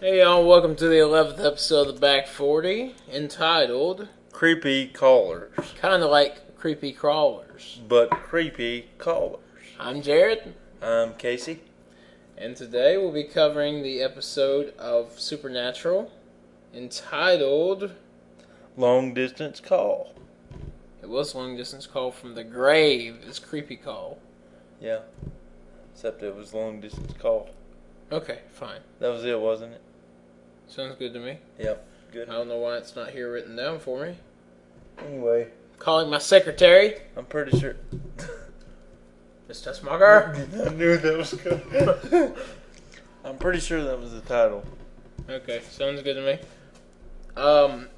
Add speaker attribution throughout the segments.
Speaker 1: Hey y'all, welcome to the 11th episode of the Back 40, entitled
Speaker 2: Creepy callers,
Speaker 1: Kinda Like Creepy Crawlers.
Speaker 2: but creepy callers.
Speaker 1: I'm Jared,
Speaker 2: I'm Casey.
Speaker 1: and today we'll be covering the episode of Supernatural entitled
Speaker 2: Long distance call.
Speaker 1: It Was a Long Distance Call from the Grave is Creepy Call.
Speaker 2: Yeah. Except it was long distance call.
Speaker 1: Okay, fine.
Speaker 2: That was it, wasn't it?
Speaker 1: Sounds good to me.
Speaker 2: Yep.
Speaker 1: I
Speaker 2: Good.
Speaker 1: don't know why it's not here written down for me.
Speaker 2: Anyway,
Speaker 1: Calling my secretary,
Speaker 2: I'm pretty sure.
Speaker 1: Miss Tessmacher.
Speaker 2: I knew that was good. I'm pretty sure that was the title.
Speaker 1: Okay, sounds good to me. Um,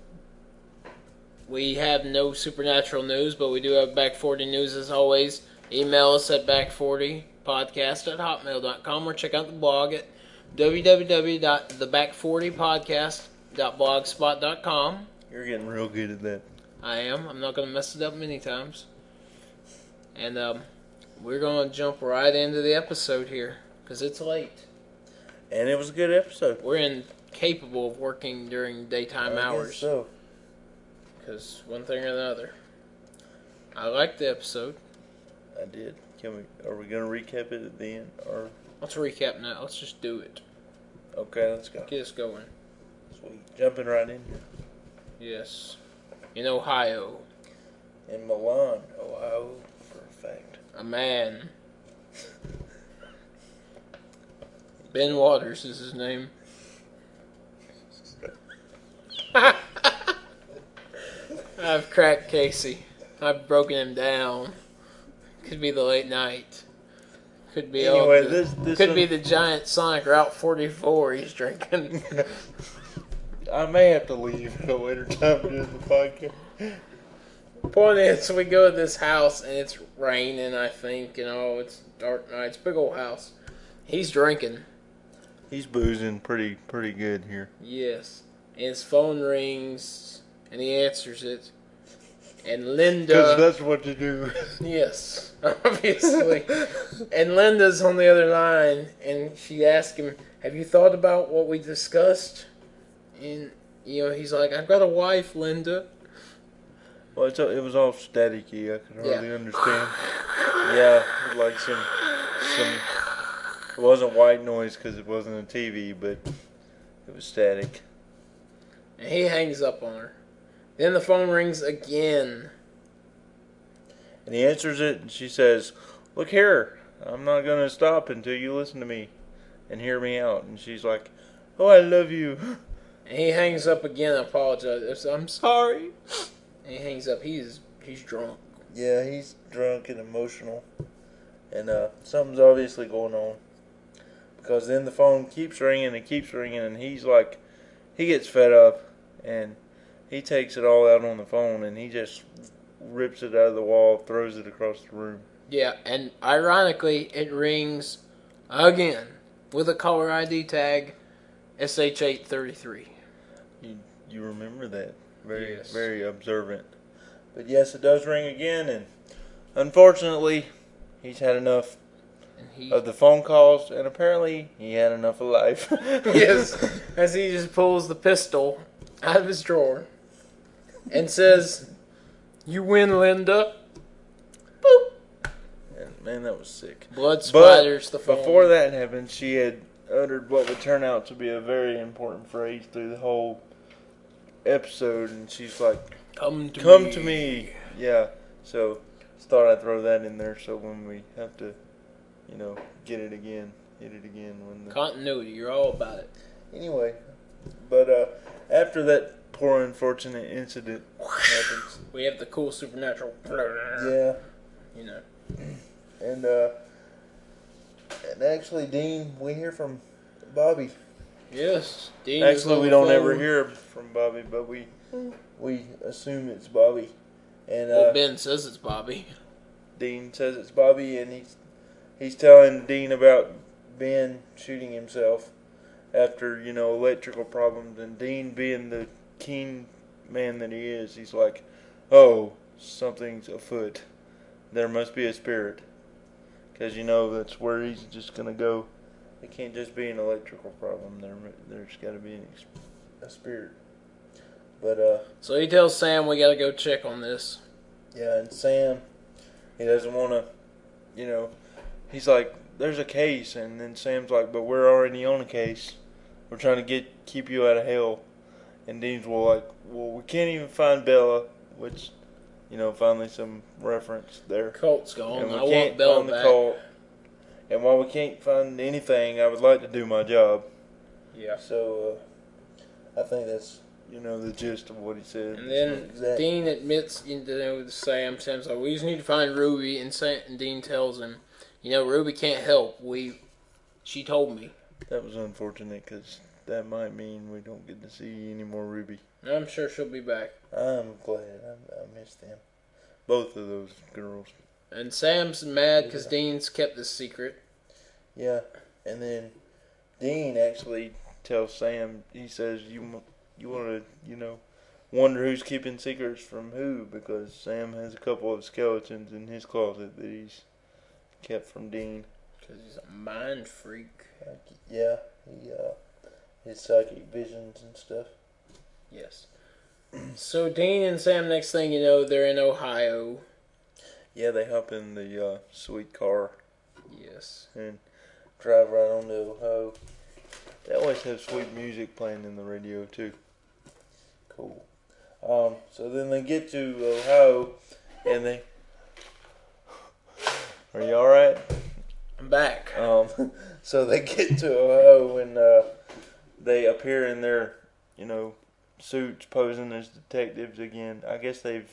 Speaker 1: we have no supernatural news, but we do have Back 40 news as always. Email us at back40podcast at hotmail.com or check out the blog at www.theback40podcast.blogspot.com.
Speaker 2: You're getting real good at that.
Speaker 1: I am. I'm not going to mess it up many times. And um, we're going to jump right into the episode here because it's late.
Speaker 2: And it was a good episode.
Speaker 1: We're incapable of working during daytime hours.
Speaker 2: So,
Speaker 1: Because one thing or another. I liked the episode.
Speaker 2: I did. Can we? Are we gonna recap it at the end? Or
Speaker 1: Let's recap now. Let's just do it.
Speaker 2: okay, let's go.
Speaker 1: Get us going.
Speaker 2: Sweet. Jumping right in here.
Speaker 1: Yes. In Ohio,
Speaker 2: in Milan, Ohio, for a fact.
Speaker 1: a man. Ben Waters is his name. I've cracked Casey. I've broken him down. Could be the late night. Could be all
Speaker 2: Anyway,
Speaker 1: the-
Speaker 2: this- this
Speaker 1: could
Speaker 2: one-
Speaker 1: be the giant Sonic Route 44 he's drinking.
Speaker 2: I may have to leave at a later time during the podcast.
Speaker 1: Point is, we go to this house and it's raining, I think, and oh, it's dark night. It's a big old house. He's drinking,
Speaker 2: He's boozing pretty pretty good here.
Speaker 1: yes. And his phone rings and he answers it. And
Speaker 2: Because
Speaker 1: Linda,
Speaker 2: that's what you do.
Speaker 1: yes, obviously. and Linda's on the other line and she asks him, Have you thought about what we discussed? And, you know, he's like, I've got a wife, Linda.
Speaker 2: well, it's, all- it was all staticky. I could
Speaker 1: Yeah.
Speaker 2: hardly understand. Yeah, like some some. It wasn't white noise because it wasn't a TV, but it was static.
Speaker 1: And he hangs up on her. Then the phone rings again.
Speaker 2: And he answers it, and she says, "Look here, I'm not gonna stop until you listen to me, and hear me out." And she's like, "Oh, I love you."
Speaker 1: And he hangs up again and apologizes. I'm sorry. And he hangs up. He's he's drunk.
Speaker 2: Yeah, he's drunk and emotional, and uh, something's obviously going on because then the phone keeps ringing and keeps ringing, and he's like, he gets fed up, and he takes it all out on the phone, and he just rips it out of the wall, throws it across the room.
Speaker 1: Yeah, and ironically, it rings again with a caller ID tag SH833.
Speaker 2: You you remember that very
Speaker 1: Yes.
Speaker 2: very observant, but yes, it does ring again, and unfortunately, he's had enough
Speaker 1: And he
Speaker 2: of the phone calls, and apparently, he had enough of life.
Speaker 1: yes, as he just pulls the pistol out of his drawer and says, "You win, Linda." Boop.
Speaker 2: Man, man, that was sick.
Speaker 1: Blood
Speaker 2: But
Speaker 1: splatters the phone.
Speaker 2: before that happened, she had uttered what would turn out to be a very important phrase through the whole episode, and she's like,
Speaker 1: come to
Speaker 2: "Come
Speaker 1: me.
Speaker 2: to me." Yeah. So, just thought I'd throw that in there so when we have to, you know, get it again, hit it again when the
Speaker 1: Continuity. You're all about it.
Speaker 2: anyway. But uh, after that poor unfortunate incident happens,
Speaker 1: We have the cool supernatural.
Speaker 2: yeah.
Speaker 1: You know.
Speaker 2: And uh, and actually, Dean, we hear from Bobby.
Speaker 1: Yes. Dean is
Speaker 2: Actually,
Speaker 1: on
Speaker 2: we
Speaker 1: the
Speaker 2: don't
Speaker 1: phone.
Speaker 2: ever hear from Bobby, but we we assume it's Bobby. And
Speaker 1: Well,
Speaker 2: uh,
Speaker 1: Ben says it's Bobby.
Speaker 2: Dean says it's Bobby, and he's he's telling Dean about Ben shooting himself after you know electrical problems, and Dean being the keen man that he is, he's like, "Oh, something's afoot. There must be a spirit," because you know that's where he's just gonna go It can't just be an electrical problem. There, there's got to be an ex- a spirit. But uh,
Speaker 1: So he tells Sam we gotta go check on this.
Speaker 2: yeah, and Sam, he doesn't want to. You know, he's like, "There's a case," and then Sam's like, "But we're already on a case. We're trying to get keep you out of hell." And Dean's well, like, "Well, we can't even find Bella," which, you know, finally some reference there.
Speaker 1: Colt's gone.
Speaker 2: And we
Speaker 1: I
Speaker 2: can't
Speaker 1: want Bell
Speaker 2: find the
Speaker 1: back.
Speaker 2: cult. And while we can't find anything, I would like to do my job.
Speaker 1: Yeah.
Speaker 2: So uh, I think that's you know the gist of what he said.
Speaker 1: And then
Speaker 2: Exact-
Speaker 1: Dean admits you know, to Sam. Sam's like, we just need to find Ruby, and, Sam, and Dean tells him, you know, Ruby can't help. We, she told me.
Speaker 2: that was unfortunate because that might mean we don't get to see any more Ruby.
Speaker 1: And I'm sure she'll be back.
Speaker 2: I'm glad I, I missed them. Both of those girls.
Speaker 1: And Sam's mad because Dean's kept this secret.
Speaker 2: Yeah, and then Dean actually tells Sam. He says, "You m- you want to you know wonder who's keeping secrets from who because Sam has a couple of skeletons in his closet that he's kept from Dean."
Speaker 1: Because he's a mind freak.
Speaker 2: Like, yeah, he uh, his psychic visions and stuff.
Speaker 1: Yes. so Dean and Sam, next thing you know, they're in Ohio.
Speaker 2: Yeah, they hop in the uh, sweet car
Speaker 1: Yes.
Speaker 2: and drive right on to Ohio. They always have sweet music playing in the radio too. Cool. Um, so then they get to Ohio, and they. Are you all right?
Speaker 1: I'm back.
Speaker 2: Um, so they get to Ohio and uh, they appear in their, you know, suits posing as detectives again. I guess they've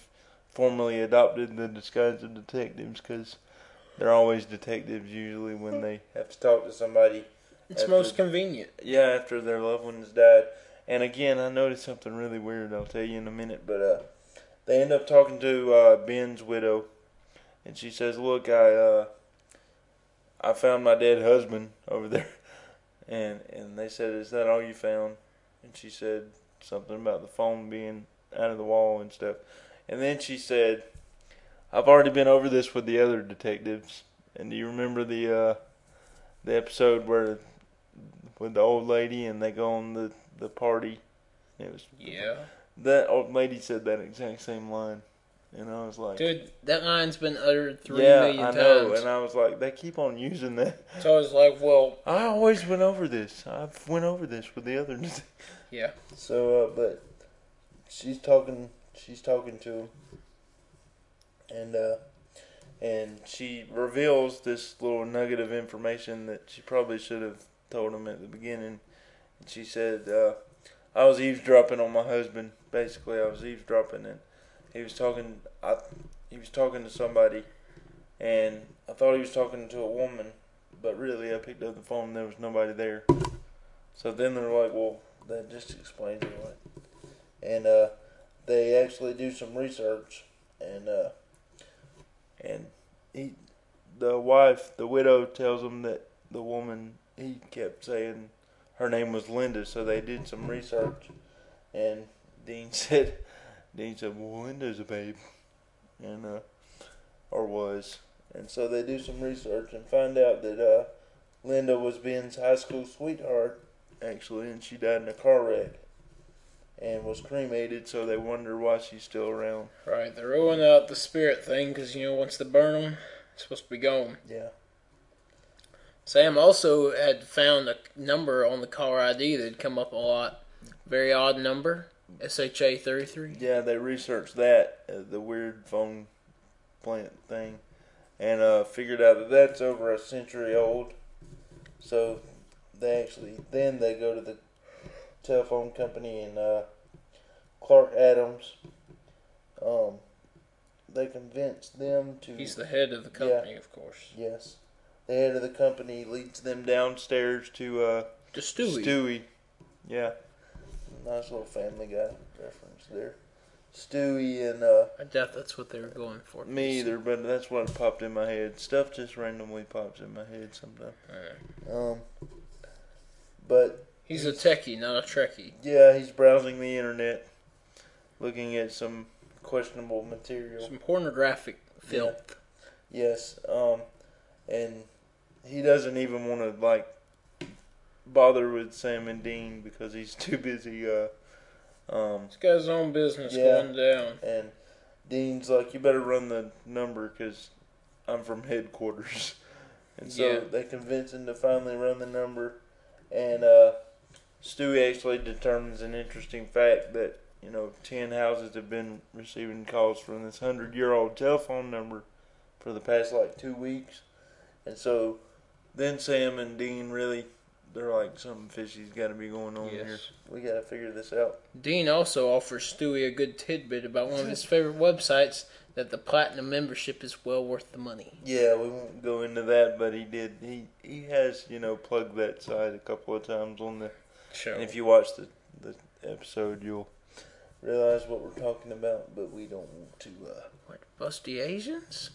Speaker 2: formally adopted the disguise of detectives because they're always detectives usually when they have to talk to somebody.
Speaker 1: It's
Speaker 2: after-
Speaker 1: most convenient.
Speaker 2: yeah, after their loved ones died. And again, I noticed something really weird. I'll tell you in a minute. But uh, they end up talking to uh, Ben's widow, and she says, "Look, I uh, I found my dead husband over there." And and they said, "Is that all you found?" And she said something about the phone being out of the wall and stuff. And then she said, "I've already been over this with the other detectives." And do you remember the uh, the episode where with the old lady and they go on the, the party. It was
Speaker 1: Yeah.
Speaker 2: that old lady said that exact same line, and I was like,
Speaker 1: Dude, that line's been uttered three
Speaker 2: "Yeah,
Speaker 1: million
Speaker 2: I know."
Speaker 1: times.
Speaker 2: And I was like, "They keep on using that."
Speaker 1: So I was like, well,
Speaker 2: I always went over this. I've went over this with the other.
Speaker 1: yeah.
Speaker 2: So, uh, but she's talking. She's talking to him, and uh, and she reveals this little nugget of information that she probably should have told him at the beginning. And she said, uh, "I was eavesdropping on my husband. Basically, I was eavesdropping, and he was talking. I, he was talking to somebody, and I thought he was talking to a woman, but really, I picked up the phone. and There was nobody there. So then they're like, well." that just explains it. Away. And uh, they actually do some research, and uh, and he, the wife, the widow, tells him that the woman he kept saying her name was Linda. So they did some research, and Dean said, Dean said, well, Linda's a babe, and uh, or was. And so they do some research and find out that uh, Linda was Ben's high school sweetheart actually, and she died in a car wreck and was cremated, so they wonder why she's still around.
Speaker 1: Right, they're ruling out the spirit thing because, you know, once they burn them, it's supposed to be gone.
Speaker 2: Yeah.
Speaker 1: Sam also had found a number on the caller ID that had come up a lot. Very odd number, SHA 33.
Speaker 2: Yeah, they researched that, uh, the weird phone plant thing, and uh, figured out that that's over a century old. So they actually, then they go to the telephone company and uh, Clark Adams, um, they convince them to.
Speaker 1: He's the head of the company, of course.
Speaker 2: yes. The head of the company leads them downstairs to uh,
Speaker 1: To Stewie.
Speaker 2: Stewie. Yeah. Nice little Family Guy reference there. Stewie and uh,
Speaker 1: I doubt that's what they were going for.
Speaker 2: me either, but that's what popped in my head. Stuff just randomly pops in my head sometimes.
Speaker 1: Alright.
Speaker 2: Um, but
Speaker 1: He's a techie, not a trekkie.
Speaker 2: yeah, he's browsing the internet, looking at some questionable material.
Speaker 1: Some pornographic filth.
Speaker 2: Yes. Um, and he doesn't even want to like bother with Sam and Dean because he's too busy. Uh, um,
Speaker 1: He's got his own business
Speaker 2: Yeah.
Speaker 1: going down.
Speaker 2: and Dean's like, you better run the number because I'm from headquarters. And so
Speaker 1: Yeah.
Speaker 2: they convince him to finally run the number. And uh, Stewie actually determines an interesting fact that, you know, 10 houses have been receiving calls from this 100 year old telephone number for the past like two weeks. And so then Sam and Dean really, they're like, something fishy's got to be going on here.
Speaker 1: Yes.
Speaker 2: We got to figure this out.
Speaker 1: Dean also offers Stewie a good tidbit about one of his favorite websites that the platinum membership is well worth the money.
Speaker 2: Yeah, we won't go into that, but he did. He he has you know plugged that side a couple of times on the.
Speaker 1: Sure.
Speaker 2: And if you watch the the episode, you'll realize what we're talking about. But we don't want to. Uh,
Speaker 1: what, busty Asians?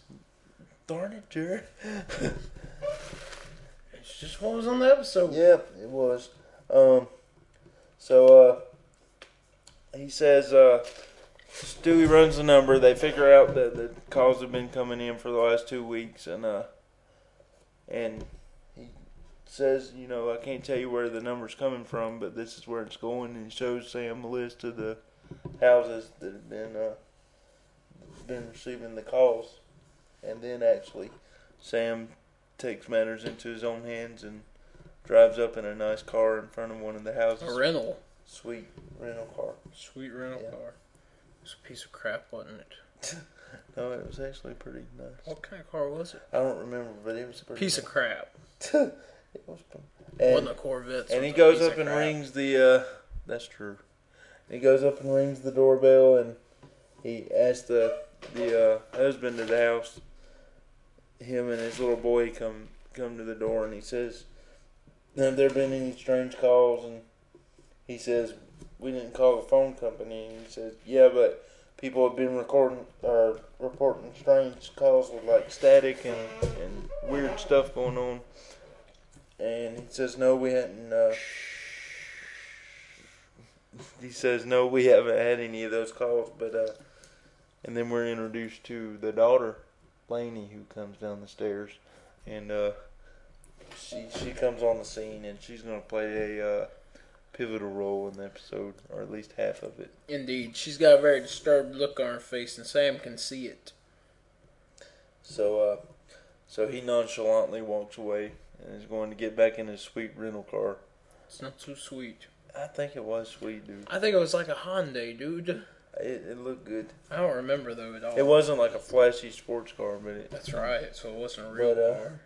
Speaker 2: darn it, Jared.
Speaker 1: It's just what was on the episode.
Speaker 2: Yep, it was. Um, so uh, he says uh, Stewie runs the number. They figure out that the calls have been coming in for the last two weeks, and uh, and he says, you know, I can't tell you where the number's coming from, but this is where it's going, and he shows Sam a list of the houses that have been uh, been receiving the calls, and then actually Sam takes matters into his own hands and drives up in a nice car in front of one of the houses.
Speaker 1: A rental.
Speaker 2: Sweet rental car.
Speaker 1: Sweet rental
Speaker 2: Yeah.
Speaker 1: car. It's a piece of crap, wasn't it?
Speaker 2: No, it was actually pretty nice.
Speaker 1: What kind of car was it?
Speaker 2: I don't remember, but it was pretty.
Speaker 1: Oh. Piece of crap.
Speaker 2: crap. it was. Pretty,
Speaker 1: wasn't
Speaker 2: and,
Speaker 1: a Corvette. so
Speaker 2: and he
Speaker 1: it's a
Speaker 2: goes
Speaker 1: piece
Speaker 2: up
Speaker 1: of
Speaker 2: and
Speaker 1: crap.
Speaker 2: rings the. Uh, that's true. He goes up and rings the doorbell, and he asks the the uh, husband of the house. Him and his little boy come come to the door, and he says, "Have there been any strange calls?" And he says, "We didn't call the phone company." And he says, "Yeah, but people have been recording or reporting strange calls with like static and, and weird stuff going on. And he says, no, we hadn't. Uh, he says, no, we haven't had any of those calls. But uh, and then we're introduced to the daughter, Lainey, who comes down the stairs, and uh, she she comes on the scene and she's gonna play a uh, pivotal role in the episode, or at least half of it.
Speaker 1: Indeed, she's got a very disturbed look on her face, and Sam can see it.
Speaker 2: So, uh, so he nonchalantly walks away and is going to get back in his sweet rental car.
Speaker 1: It's not too sweet.
Speaker 2: I think it was sweet, dude.
Speaker 1: I think it was like a Hyundai, dude.
Speaker 2: It, it looked good.
Speaker 1: I don't remember though at all.
Speaker 2: It wasn't like a flashy sports car, but it,
Speaker 1: That's right. So it wasn't a real
Speaker 2: But, uh,
Speaker 1: car.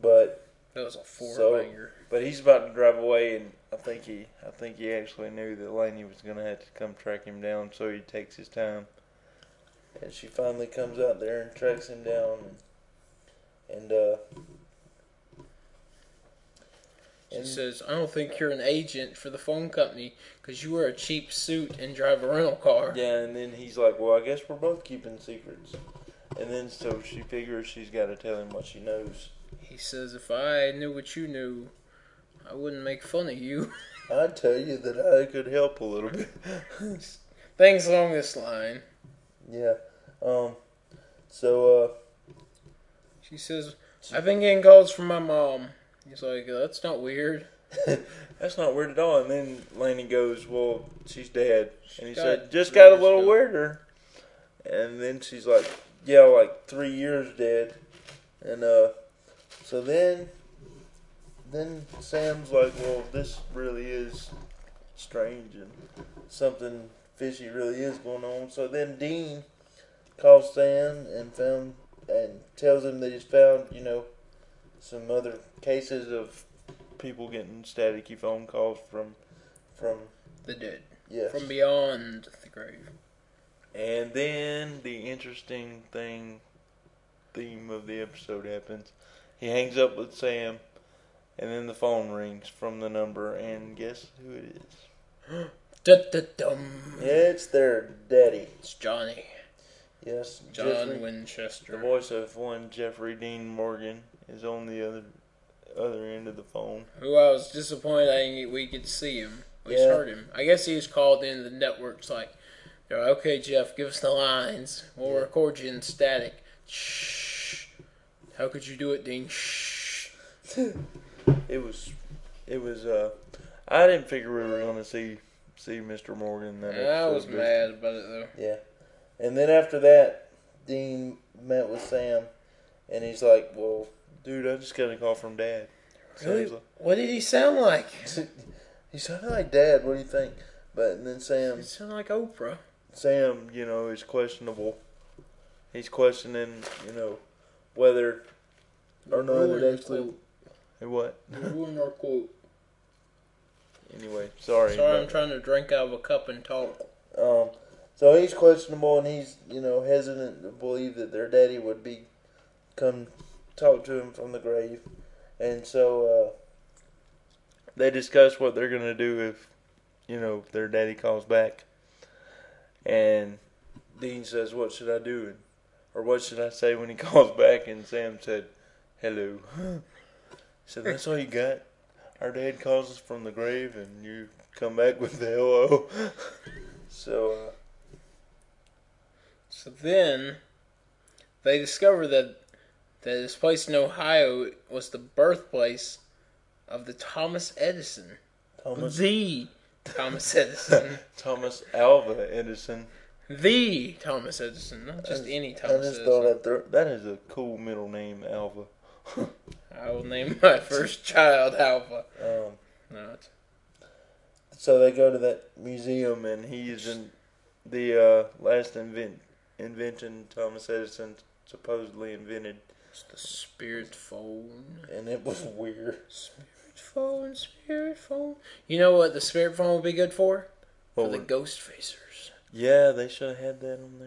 Speaker 2: but
Speaker 1: That was a four
Speaker 2: so-
Speaker 1: banger.
Speaker 2: but he's about to drive away, and I think he I think he actually knew that Laney was gonna have to come track him down, so he takes his time. And she finally comes out there and tracks him down, and, and uh,
Speaker 1: She
Speaker 2: and-
Speaker 1: says, "I don't think you're an agent for the phone company because you wear a cheap suit and drive a rental car."
Speaker 2: Yeah, and then he's like, "Well, I guess we're both keeping secrets." And then so she figures she's got to tell him what she knows.
Speaker 1: He says, "If I knew what you knew, I wouldn't make fun of you."
Speaker 2: I tell you that I could help a little bit.
Speaker 1: Things along this line.
Speaker 2: yeah. Um. So uh,
Speaker 1: She says, "I've been getting calls from my mom." He's like, "That's not weird."
Speaker 2: that's not weird at all. And then Laney goes, "Well, she's dead." And he
Speaker 1: Got
Speaker 2: said, "Just
Speaker 1: three
Speaker 2: got a
Speaker 1: years
Speaker 2: little
Speaker 1: ago."
Speaker 2: weirder." And then she's like, "Yeah, like three years dead." And uh, so then, then Sam's like, "Well, this really is strange and something fishy really is going on." So then Dean calls Sam and found and tells him that he's found, you know, some other cases of people getting staticky phone calls from from
Speaker 1: The dead
Speaker 2: yes.
Speaker 1: from beyond the grave.
Speaker 2: and then the interesting thing theme of the episode happens. He hangs up with Sam and then the phone rings from the number and guess who it is?
Speaker 1: Da da dum.
Speaker 2: It's their daddy.
Speaker 1: It's Johnny.
Speaker 2: Yes,
Speaker 1: John
Speaker 2: Jeffrey.
Speaker 1: Winchester.
Speaker 2: The voice of one Jeffrey Dean Morgan is on the other other end of the phone.
Speaker 1: Who I was disappointed I didn't, we could see him. We
Speaker 2: Yeah.
Speaker 1: heard him. I guess he was called in. The network's like, they're like, okay, Jeff, give us the lines. We'll record you in static. Shh. How could you do it, Dean? Shh.
Speaker 2: It was it it was. Uh, I didn't figure we were gonna see see Mr. Morgan in that.
Speaker 1: And I
Speaker 2: episode,
Speaker 1: was
Speaker 2: but-
Speaker 1: mad about it though.
Speaker 2: Yeah, and then after that, Dean met with Sam, and he's like, "Well, dude, I just got a call from Dad." Sam's
Speaker 1: Really? What did he sound like?
Speaker 2: like, he sounded like Dad. What do you think? But and then Sam
Speaker 1: He sounded like Oprah.
Speaker 2: Sam, you know, is questionable. He's questioning, you know, whether or not
Speaker 1: Ruined
Speaker 2: it
Speaker 1: our
Speaker 2: actually.
Speaker 1: quote.
Speaker 2: Hey, What?
Speaker 1: You ruined our quote.
Speaker 2: Anyway, sorry.
Speaker 1: Sorry, I'm
Speaker 2: but-
Speaker 1: trying to drink out of a cup and talk.
Speaker 2: Um, so he's questionable, and he's you know hesitant to believe that their daddy would be come talk to him from the grave, and so uh, they discuss what they're gonna do if you know their daddy calls back, and Dean says, "What should I do?" or what should I say when he calls back? And Sam said, "Hello." He said, "That's all you got." Our dad calls us from the grave, and you come back with the hello. So uh,
Speaker 1: So then, they discovered that that this place in Ohio was the birthplace of the Thomas Edison,
Speaker 2: Thomas
Speaker 1: the Thomas Edison,
Speaker 2: Thomas Alva Edison.
Speaker 1: the Thomas Edison, not just any
Speaker 2: I
Speaker 1: Thomas
Speaker 2: just thought
Speaker 1: Edison.
Speaker 2: that there- that is a cool middle name, Alva.
Speaker 1: I will name my first child Alpha.
Speaker 2: Um,
Speaker 1: No, it's-
Speaker 2: so they go to that museum, and he's in the uh, last invent invention Thomas Edison supposedly invented,
Speaker 1: it's the Spirit Phone.
Speaker 2: and it was weird.
Speaker 1: Spirit Phone, Spirit Phone. You know what the Spirit Phone would be good for?
Speaker 2: What
Speaker 1: for the
Speaker 2: would-
Speaker 1: Ghost Facers.
Speaker 2: yeah, they should have had that on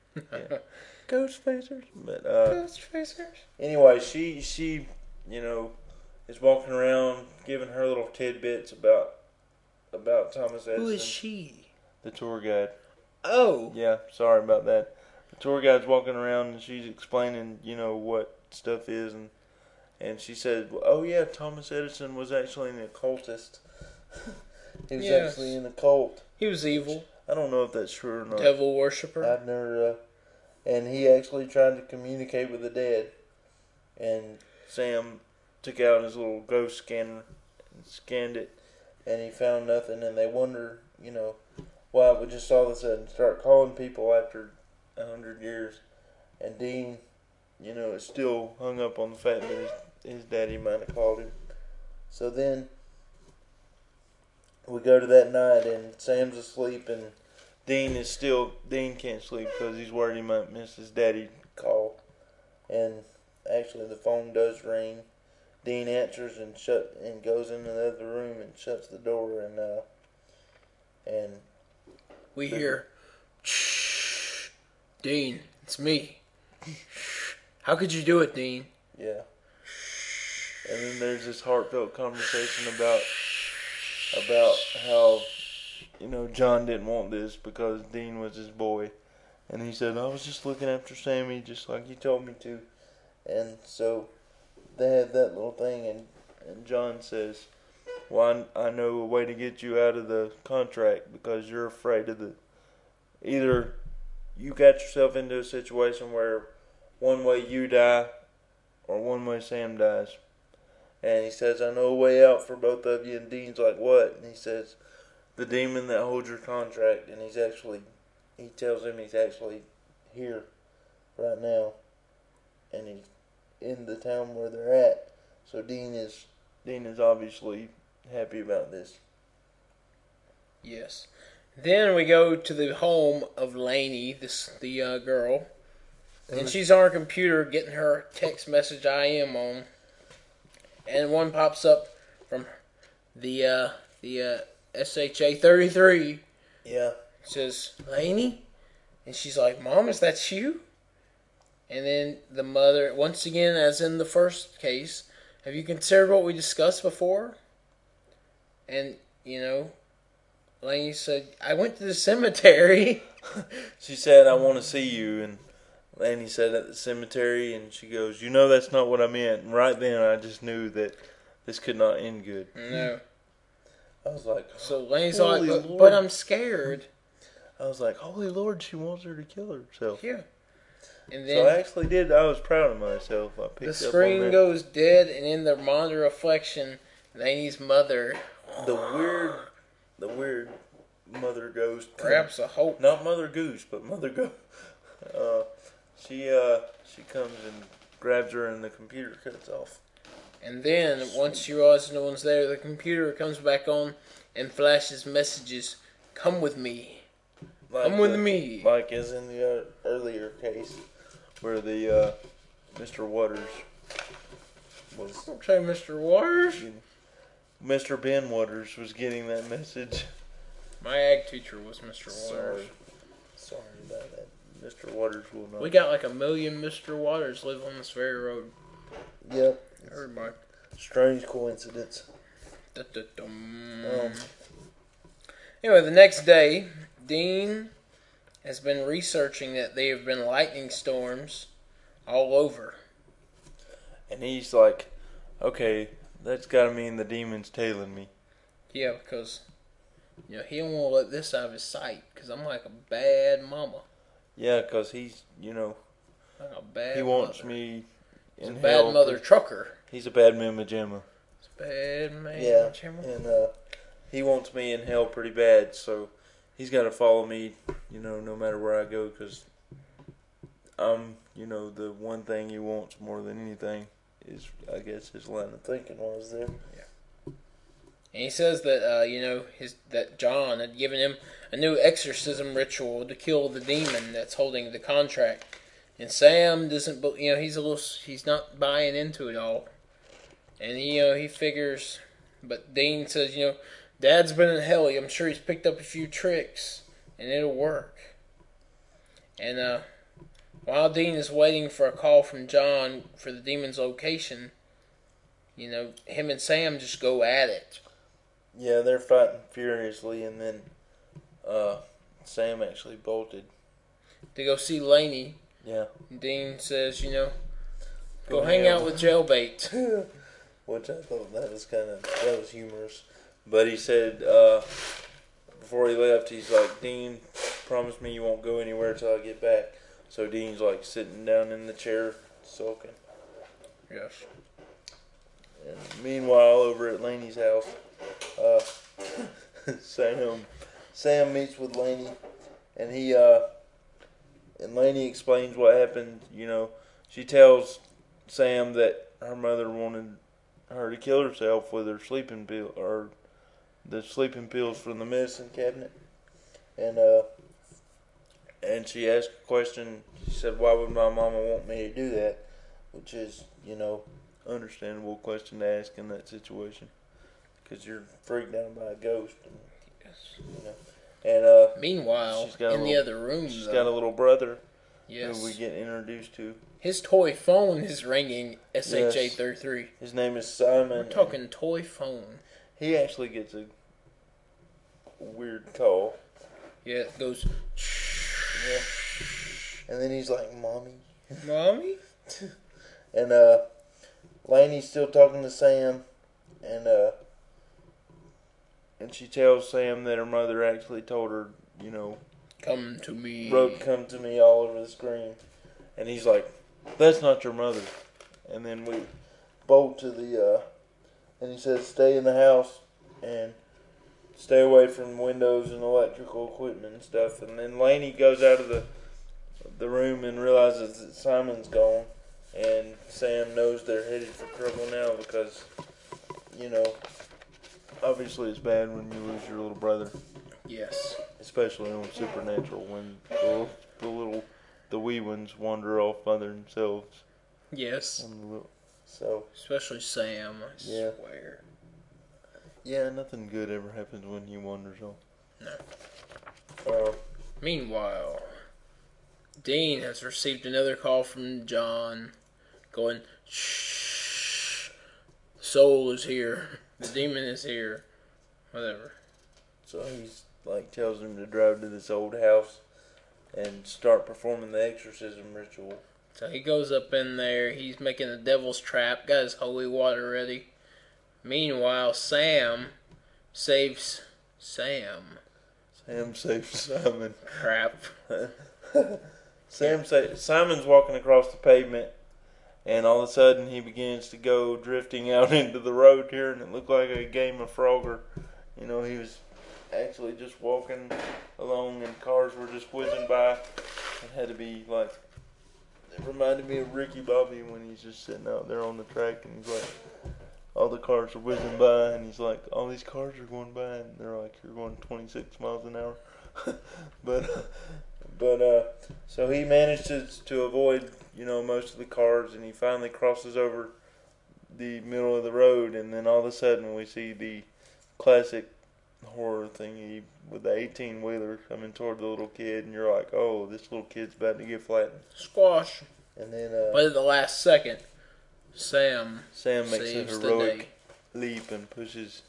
Speaker 2: there. Yeah. Ghost Facers, but uh,
Speaker 1: Ghost Facers.
Speaker 2: anyway, she she you know is walking around giving her little tidbits about about Thomas Edison.
Speaker 1: Who is she?
Speaker 2: The tour guide.
Speaker 1: Oh,
Speaker 2: Yeah, sorry about that. The tour guide's walking around and she's explaining, you know, what stuff is and and she said, "Oh yeah, Thomas Edison was actually an occultist. he was
Speaker 1: Yes.
Speaker 2: actually in the cult.
Speaker 1: he was evil,
Speaker 2: I don't know if that's true or not.
Speaker 1: devil worshiper.
Speaker 2: I've never. Uh, and he actually tried to communicate with the dead. And Sam took out his little ghost scanner and scanned it, and he found nothing. And they wonder, you know, why it would just all of a sudden start calling people after a hundred years. And Dean, you know, is still hung up on the fact that his, his daddy might have called him. So then we go to that night, and Sam's asleep, and Dean is still Dean can't sleep because he's worried he might miss his daddy call, and actually the phone does ring. Dean answers and shut and goes into the other room and shuts the door and uh and
Speaker 1: We hear, shh, Dean, it's me. How could you do it, Dean?
Speaker 2: yeah. And then there's this heartfelt conversation about about how you know John didn't want this because Dean was his boy, and he said I was just looking after Sammy just like you told me to, and so they had that little thing, and and John says, "Well, I, I know a way to get you out of the contract because you're afraid of the either you got yourself into a situation where one way you die or one way Sam dies." And he says, I know a way out for both of you. And Dean's like, What? And he says, The demon that holds your contract. And he's actually, he tells him he's actually here right now. And he's in the town where they're at. So Dean is, Dean is obviously happy about this.
Speaker 1: Yes. Then we go to the home of Lainey, this the uh, girl, and she's on her computer getting her text message IM on, and one pops up from the uh, the uh, SHA thirty three
Speaker 2: Yeah.
Speaker 1: says Lainey, and she's like, "Mom, is that you?" And then the mother, once again, as in the first case, have you considered what we discussed before? And you know, Lainey said, "I went to the cemetery."
Speaker 2: She said, I want to see you. And Lanny said, At the cemetery. And she goes, You know, that's not what I meant. And right then, I just knew that this could not end good.
Speaker 1: no.
Speaker 2: I was like,
Speaker 1: So Lainey's
Speaker 2: Holy
Speaker 1: like, but,
Speaker 2: Lord.
Speaker 1: "But I'm scared."
Speaker 2: I was like, holy lord, she wants her to kill herself.
Speaker 1: Yeah. And
Speaker 2: So I
Speaker 1: then
Speaker 2: actually did. I was proud of myself. I picked
Speaker 1: the
Speaker 2: up on
Speaker 1: screen
Speaker 2: that.
Speaker 1: goes dead, and in the monitor reflection, Laney's mother
Speaker 2: The weird, the weird mother ghost.
Speaker 1: grabs a hold.
Speaker 2: Not mother goose, but mother go. Uh, she uh, she comes and grabs her, and the computer cuts off.
Speaker 1: And then, once she realizes no one's there, the computer comes back on and flashes messages Come with me.
Speaker 2: Like
Speaker 1: Come with
Speaker 2: the-
Speaker 1: me.
Speaker 2: Like as in the uh, earlier case, where the uh, Mr. Waters was,
Speaker 1: Don't say Mr. Waters.
Speaker 2: Mr. Ben Waters was getting that message.
Speaker 1: My ag teacher was Mr. Waters.
Speaker 2: Sorry, sorry about that. Mr. Waters will not.
Speaker 1: We got like a million Mr. Waters live on this very road.
Speaker 2: yep.
Speaker 1: Everybody.
Speaker 2: Strange coincidence.
Speaker 1: Dun-dun-dun.
Speaker 2: Um,
Speaker 1: Anyway, the next day, Dean has been researching that there have been lightning storms all over.
Speaker 2: and he's like, "Okay, that's got to mean the demon's tailing me."
Speaker 1: Yeah, because you know he don't want to let this out of his sight. Because I'm like a bad mama,
Speaker 2: Yeah, 'cause he's, you know,
Speaker 1: like a bad.
Speaker 2: he wants
Speaker 1: mother.
Speaker 2: me
Speaker 1: He's a
Speaker 2: in
Speaker 1: bad
Speaker 2: hell.
Speaker 1: mother trucker.
Speaker 2: He's a bad mama jamma.
Speaker 1: He's a bad man.
Speaker 2: Yeah,
Speaker 1: Jimmer.
Speaker 2: and uh, he wants me in hell pretty bad, so he's got to follow me, you know, no matter where I go, 'cause I'm, you know, the one thing he wants more than anything is, I guess, his line of thinking was there.
Speaker 1: And he says that uh, you know his that John had given him a new exorcism ritual to kill the demon that's holding the contract. And Sam doesn't, bel- you know, he's a little, he's not buying into it all. And you know he figures, but Dean says, you know, Dad's been in hell. I'm sure he's picked up a few tricks, and it'll work. And uh, while Dean is waiting for a call from John for the demon's location, you know, him and Sam just go at it.
Speaker 2: Yeah, they're fighting furiously, and then uh, Sam actually bolted.
Speaker 1: to go see Laney.
Speaker 2: Yeah.
Speaker 1: Dean says, you know, go hang out with Jailbait.
Speaker 2: Which I thought that was kind of that was humorous. But he said uh, before he left, he's like, "Dean, promise me you won't go anywhere till I get back." So Dean's like sitting down in the chair sulking.
Speaker 1: Yes.
Speaker 2: And meanwhile, over at Laney's house, uh, Sam um, Sam meets with Laney, and he uh, and Laney explains what happened. You know, she tells Sam that her mother wanted her to kill herself with her sleeping pill or the sleeping pills from the medicine cabinet, and uh, and she asked a question. She said, "Why would my mama want me to do that?" Which is, you know, understandable question to ask in that situation because you're freaked out by a ghost. And, and uh,
Speaker 1: Meanwhile,
Speaker 2: She's
Speaker 1: in
Speaker 2: got a
Speaker 1: the
Speaker 2: little-
Speaker 1: other room,
Speaker 2: she's
Speaker 1: though,
Speaker 2: got a little brother
Speaker 1: yes,
Speaker 2: who we get introduced to.
Speaker 1: his toy phone is ringing SHA33.
Speaker 2: His name is
Speaker 1: We're
Speaker 2: Simon.
Speaker 1: talking toy phone.
Speaker 2: He actually gets a weird call.
Speaker 1: Yeah, it goes,
Speaker 2: Yeah. And then he's like, Mommy.
Speaker 1: Mommy?
Speaker 2: And uh, Laney's still talking to Sam. And uh, and she tells Sam that her mother actually told her, you know,
Speaker 1: Come to me.
Speaker 2: wrote come to me all over the screen and he's like that's not your mother and then we bolt to the uh and he says stay in the house and stay away from windows and electrical equipment and stuff and then laney goes out of the the room and realizes that simon's gone and sam knows they're headed for trouble now because you know obviously it's bad when you lose your little brother
Speaker 1: Yes.
Speaker 2: especially on Supernatural when the, the little the wee ones wander off by themselves.
Speaker 1: Yes.
Speaker 2: On the little, so
Speaker 1: Especially Sam, I
Speaker 2: Yeah.
Speaker 1: swear.
Speaker 2: yeah, nothing good ever happens when he wanders off.
Speaker 1: No.
Speaker 2: Uh,
Speaker 1: Meanwhile, Dean has received another call from John going, Shh, the soul is here. The demon is here. Whatever.
Speaker 2: so he's like tells him to drive to this old house and start performing the exorcism ritual.
Speaker 1: So he goes up in there. He's making the devil's trap, got his holy water ready. Meanwhile, Sam saves Sam.
Speaker 2: Sam saves Simon.
Speaker 1: Crap.
Speaker 2: Sam sa- Simon's walking across the pavement, and all of a sudden he begins to go drifting out into the road here, and it looked like a game of Frogger. You know, he was actually just walking along, and cars were just whizzing by. It had to be like it reminded me of Ricky Bobby when he's just sitting out there on the track, and he's like. All the cars are whizzing by, and he's like, "All these cars are going by," and they're like, "You're going 26 miles an hour." but but uh, so he manages to avoid you know most of the cars, and he finally crosses over the middle of the road, and then all of a sudden we see the classic horror thingy with the 18 wheeler coming toward the little kid, and you're like, oh, this little kid's about to get flattened.
Speaker 1: Squash.
Speaker 2: And then uh,
Speaker 1: But at the last second, Sam
Speaker 2: Sam makes a
Speaker 1: saves the day.
Speaker 2: heroic leap and pushes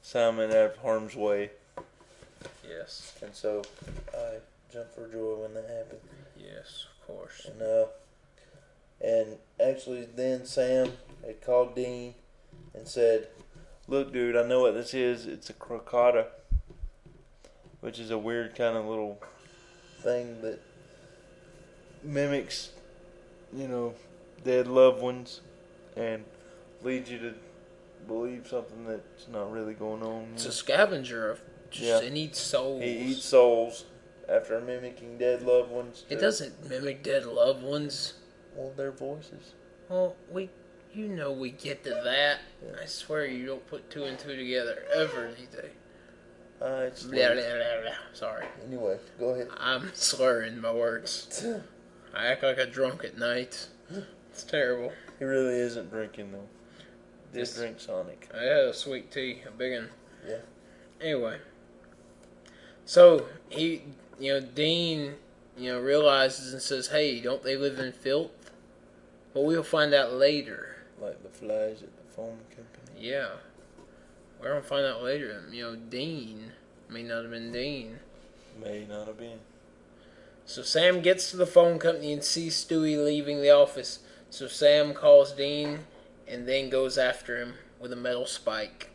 Speaker 2: Simon out of harm's way,
Speaker 1: Yes.
Speaker 2: and so I jump for joy when that happened.
Speaker 1: Yes, of course.
Speaker 2: And uh, and actually, then Sam had called Dean and said, "Look, dude, I know what this is. It's a crocata, which is a weird kind of little thing that mimics, you know, dead loved ones, and leads you to believe something that's not really going on."
Speaker 1: It's
Speaker 2: you
Speaker 1: a scavenger of just
Speaker 2: Yeah.
Speaker 1: it needs
Speaker 2: know.
Speaker 1: souls.
Speaker 2: he eats souls after mimicking dead loved ones.
Speaker 1: it
Speaker 2: to-
Speaker 1: doesn't mimic dead loved ones.
Speaker 2: Well, their voices.
Speaker 1: Well, we you know we get to that.
Speaker 2: Yeah.
Speaker 1: I swear you don't put two and two together ever these days.
Speaker 2: Uh, it's
Speaker 1: Blah, blah, blah, blah. Sorry.
Speaker 2: Anyway, go ahead.
Speaker 1: I'm slurring my words. I act like a drunk at night.
Speaker 2: Hmm.
Speaker 1: It's terrible.
Speaker 2: He really isn't drinking though. Just
Speaker 1: Just-
Speaker 2: drink Sonic.
Speaker 1: I had a sweet tea, a big one.
Speaker 2: Yeah.
Speaker 1: Anyway, so he, you know, Dean, you know, realizes and says, "Hey, don't they live in filth?" Well, we'll find out later.
Speaker 2: Like the flies at the foam company.
Speaker 1: Yeah, we're gonna find out later. You know, Dean may not have been Dean.
Speaker 2: May not have been.
Speaker 1: So Sam gets to the phone company and sees Stewie leaving the office. So Sam calls Dean and then goes after him with a metal spike.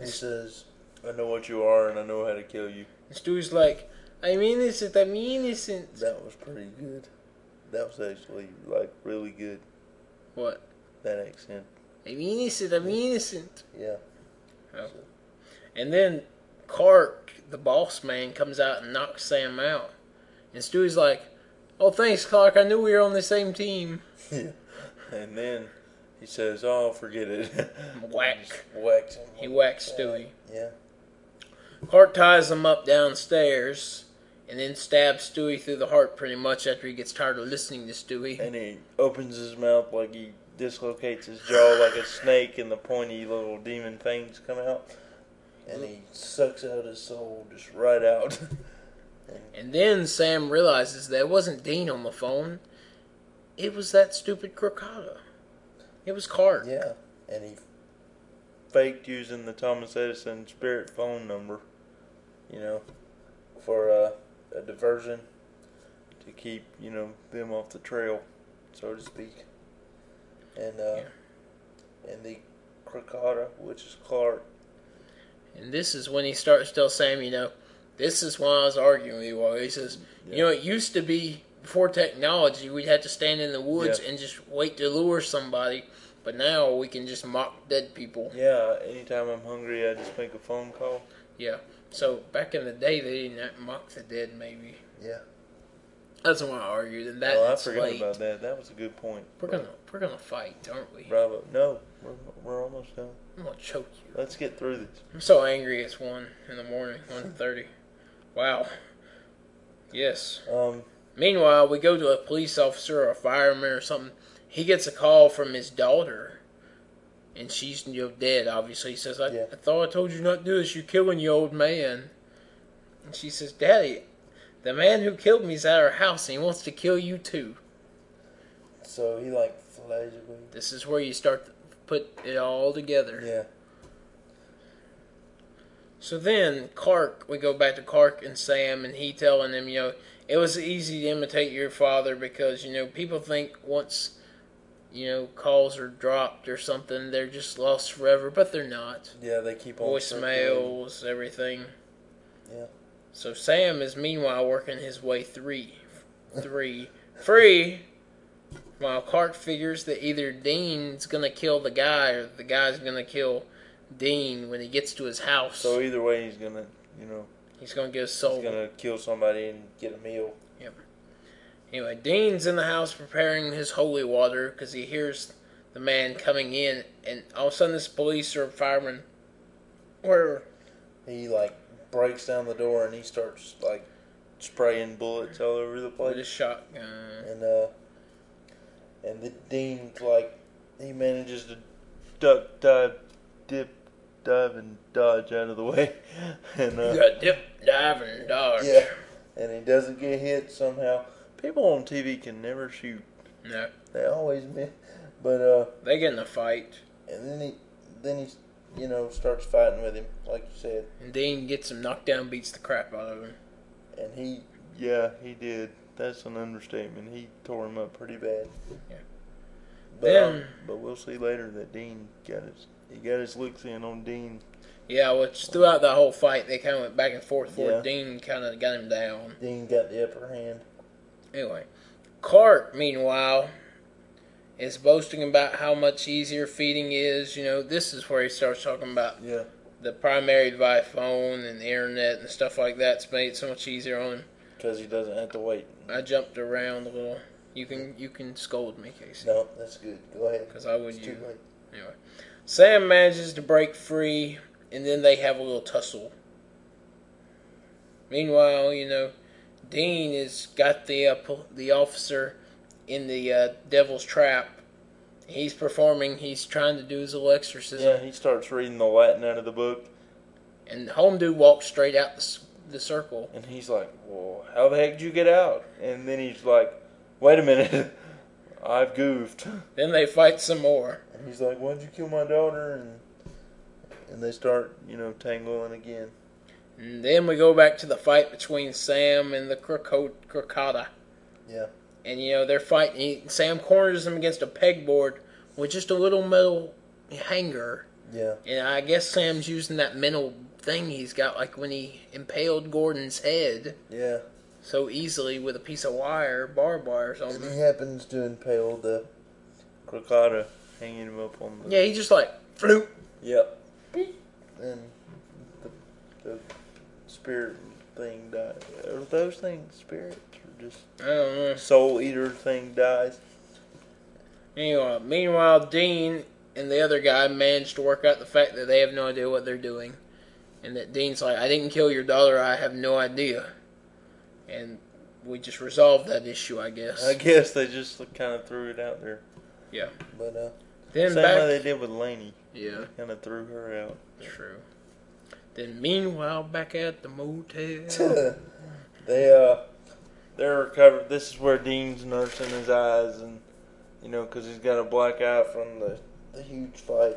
Speaker 2: He says, I know what you are and I know how to kill you.
Speaker 1: And Stewie's like, "I'm innocent. I'm innocent."
Speaker 2: That was pretty good. That was actually like really good.
Speaker 1: What?
Speaker 2: That accent.
Speaker 1: I'm innocent. I'm innocent.
Speaker 2: Yeah.
Speaker 1: Oh. And then Clark, the boss man, comes out and knocks Sam out. And Stewie's like, "Oh, thanks, Clark. I knew we were on the same team."
Speaker 2: yeah. And then he says, Oh forget it.
Speaker 1: Whack.
Speaker 2: Just Whacks him.
Speaker 1: He whacks Stewie.
Speaker 2: Yeah.
Speaker 1: Clark ties him up downstairs and then stabs Stewie through the heart pretty much after he gets tired of listening to Stewie.
Speaker 2: And he opens his mouth like he dislocates his jaw like a snake, and the pointy little demon things come out. And he sucks out his soul just right out.
Speaker 1: And then Sam realizes that it wasn't Dean on the phone. It was that stupid Crocata. It was Clark.
Speaker 2: yeah. And he faked using the Thomas Edison spirit phone number, you know, for uh, a diversion to keep, you know, them off the trail, so to speak. And, uh, and the Krakata, which is Clark,
Speaker 1: And this is when he starts to tell Sam, you know, this is why I was arguing with you all. He says, you
Speaker 2: Yeah.
Speaker 1: know, it used to be before technology, we'd have to stand in the woods
Speaker 2: Yeah.
Speaker 1: and just wait to lure somebody, but now we can just mock dead people.
Speaker 2: Yeah, anytime I'm hungry, I just make a phone call.
Speaker 1: Yeah. So back in the day, they didn't have- mock the dead. Maybe
Speaker 2: Yeah.
Speaker 1: that's why I argued, and that
Speaker 2: oh, I
Speaker 1: it's
Speaker 2: forgot
Speaker 1: late.
Speaker 2: about that. That was a good point.
Speaker 1: We're gonna we're gonna fight, aren't we?
Speaker 2: Bravo. No, we're, we're almost done.
Speaker 1: I'm gonna choke you.
Speaker 2: Let's get through this.
Speaker 1: I'm so angry. It's one in the morning, one thirty. Wow. Yes.
Speaker 2: Um,
Speaker 1: Meanwhile, we go to a police officer or a fireman or something. He gets a call from his daughter, and she's you know, dead, obviously. He says, I,
Speaker 2: Yeah.
Speaker 1: I thought I told you not to do this. You're killing your old man. And she says, Daddy, the man who killed me is at our house, and he wants to kill you too.
Speaker 2: so he like flies away.
Speaker 1: This is where you start to put it all together.
Speaker 2: Yeah.
Speaker 1: So then Clark, we go back to Clark and Sam, and he telling them, you know, it was easy to imitate your father because you know people think once, you know, calls are dropped or something, they're just lost forever, but they're not.
Speaker 2: Yeah, they keep on circulating.
Speaker 1: Voicemails, everything.
Speaker 2: Yeah.
Speaker 1: So Sam is meanwhile working his way three, three, free While Clark figures that either Dean's gonna kill the guy or the guy's gonna kill Dean when he gets to his house.
Speaker 2: So either way, he's gonna, you know,
Speaker 1: he's gonna get
Speaker 2: he's
Speaker 1: sold.
Speaker 2: gonna kill somebody and get a meal.
Speaker 1: Anyway, Dean's in the house preparing his holy water because he hears the man coming in, and all of a sudden, this police or fireman, whatever,
Speaker 2: He like breaks down the door and he starts like spraying bullets all over the
Speaker 1: with a
Speaker 2: place.
Speaker 1: shotgun.
Speaker 2: And uh, and the dean like he manages to duck, dive, dip, dive, and dodge out of the way. and
Speaker 1: You
Speaker 2: uh,
Speaker 1: got dip, dive, and dodge.
Speaker 2: yeah, and he doesn't get hit somehow. People on TV can never shoot.
Speaker 1: No,
Speaker 2: They always miss. But uh,
Speaker 1: they get in a fight,
Speaker 2: and then he then he you know starts fighting with him like you said.
Speaker 1: and Dean gets him knocked down, beats the crap out of him.
Speaker 2: And he, yeah, he did. That's an understatement. He tore him up pretty bad.
Speaker 1: Yeah.
Speaker 2: But um,
Speaker 1: Then-
Speaker 2: but we'll see later that Dean got his he got his looks in on Dean.
Speaker 1: Yeah, which throughout the whole fight, they kind of went back and forth. For
Speaker 2: Yeah.
Speaker 1: Dean kind of got him down.
Speaker 2: Dean got the upper hand.
Speaker 1: Anyway, Clark, meanwhile, is boasting about how much easier feeding is. You know, this is where he starts talking about
Speaker 2: Yeah.
Speaker 1: the primary by phone and the internet and stuff like that's made it so much easier on him.
Speaker 2: Because he doesn't have to wait.
Speaker 1: I jumped around a little. You can you can scold me, Casey,
Speaker 2: No, that's good. Go ahead.
Speaker 1: because I would
Speaker 2: It's too
Speaker 1: you.
Speaker 2: late.
Speaker 1: Anyway, Sam manages to break free, and then they have a little tussle. Meanwhile, you know, Dean has got the uh, pol- the officer in the uh, devil's trap. He's performing. He's trying to do his little exorcism,
Speaker 2: Yeah, he starts reading the Latin out of the book,
Speaker 1: and home dude walks straight out the, s- the circle.
Speaker 2: and he's like, "Well, how the heck did you get out?" And then he's like, "Wait a minute, I've goofed."
Speaker 1: Then they fight some more.
Speaker 2: And he's like, "Why'd you kill my daughter?" And and they start, you know, tangling again.
Speaker 1: And then we go back to the fight between Sam and the croco- crocata.
Speaker 2: Yeah.
Speaker 1: And, you know, they're fighting. He, Sam corners him against a pegboard with just a little metal hanger.
Speaker 2: Yeah.
Speaker 1: And I guess Sam's using that mental thing he's got, like when he impaled Gordon's head
Speaker 2: Yeah.
Speaker 1: so easily with a piece of wire, barbed wire or
Speaker 2: And
Speaker 1: something.
Speaker 2: he happens to impale the crocata, hanging him up on the.
Speaker 1: Yeah, he just like, floop.
Speaker 2: Yep. And the, the spirit thing dies. Are those things spirits or just
Speaker 1: I don't know.
Speaker 2: soul eater thing dies?
Speaker 1: Anyway, meanwhile, Dean and the other guy managed to work out the fact that they have no idea what they're doing. And that Dean's like, I didn't kill your daughter, I have no idea. And we just resolved that issue, I guess.
Speaker 2: I guess they just kind of threw it out there.
Speaker 1: Yeah.
Speaker 2: But uh,
Speaker 1: Then
Speaker 2: same
Speaker 1: back.
Speaker 2: way they did with Laney,
Speaker 1: Yeah,
Speaker 2: kind of threw her out.
Speaker 1: true. Then meanwhile, back at the motel.
Speaker 2: they uh they're recovered. This is where Dean's nursing his eyes, and you know, cause he's got a black eye from the the huge fight.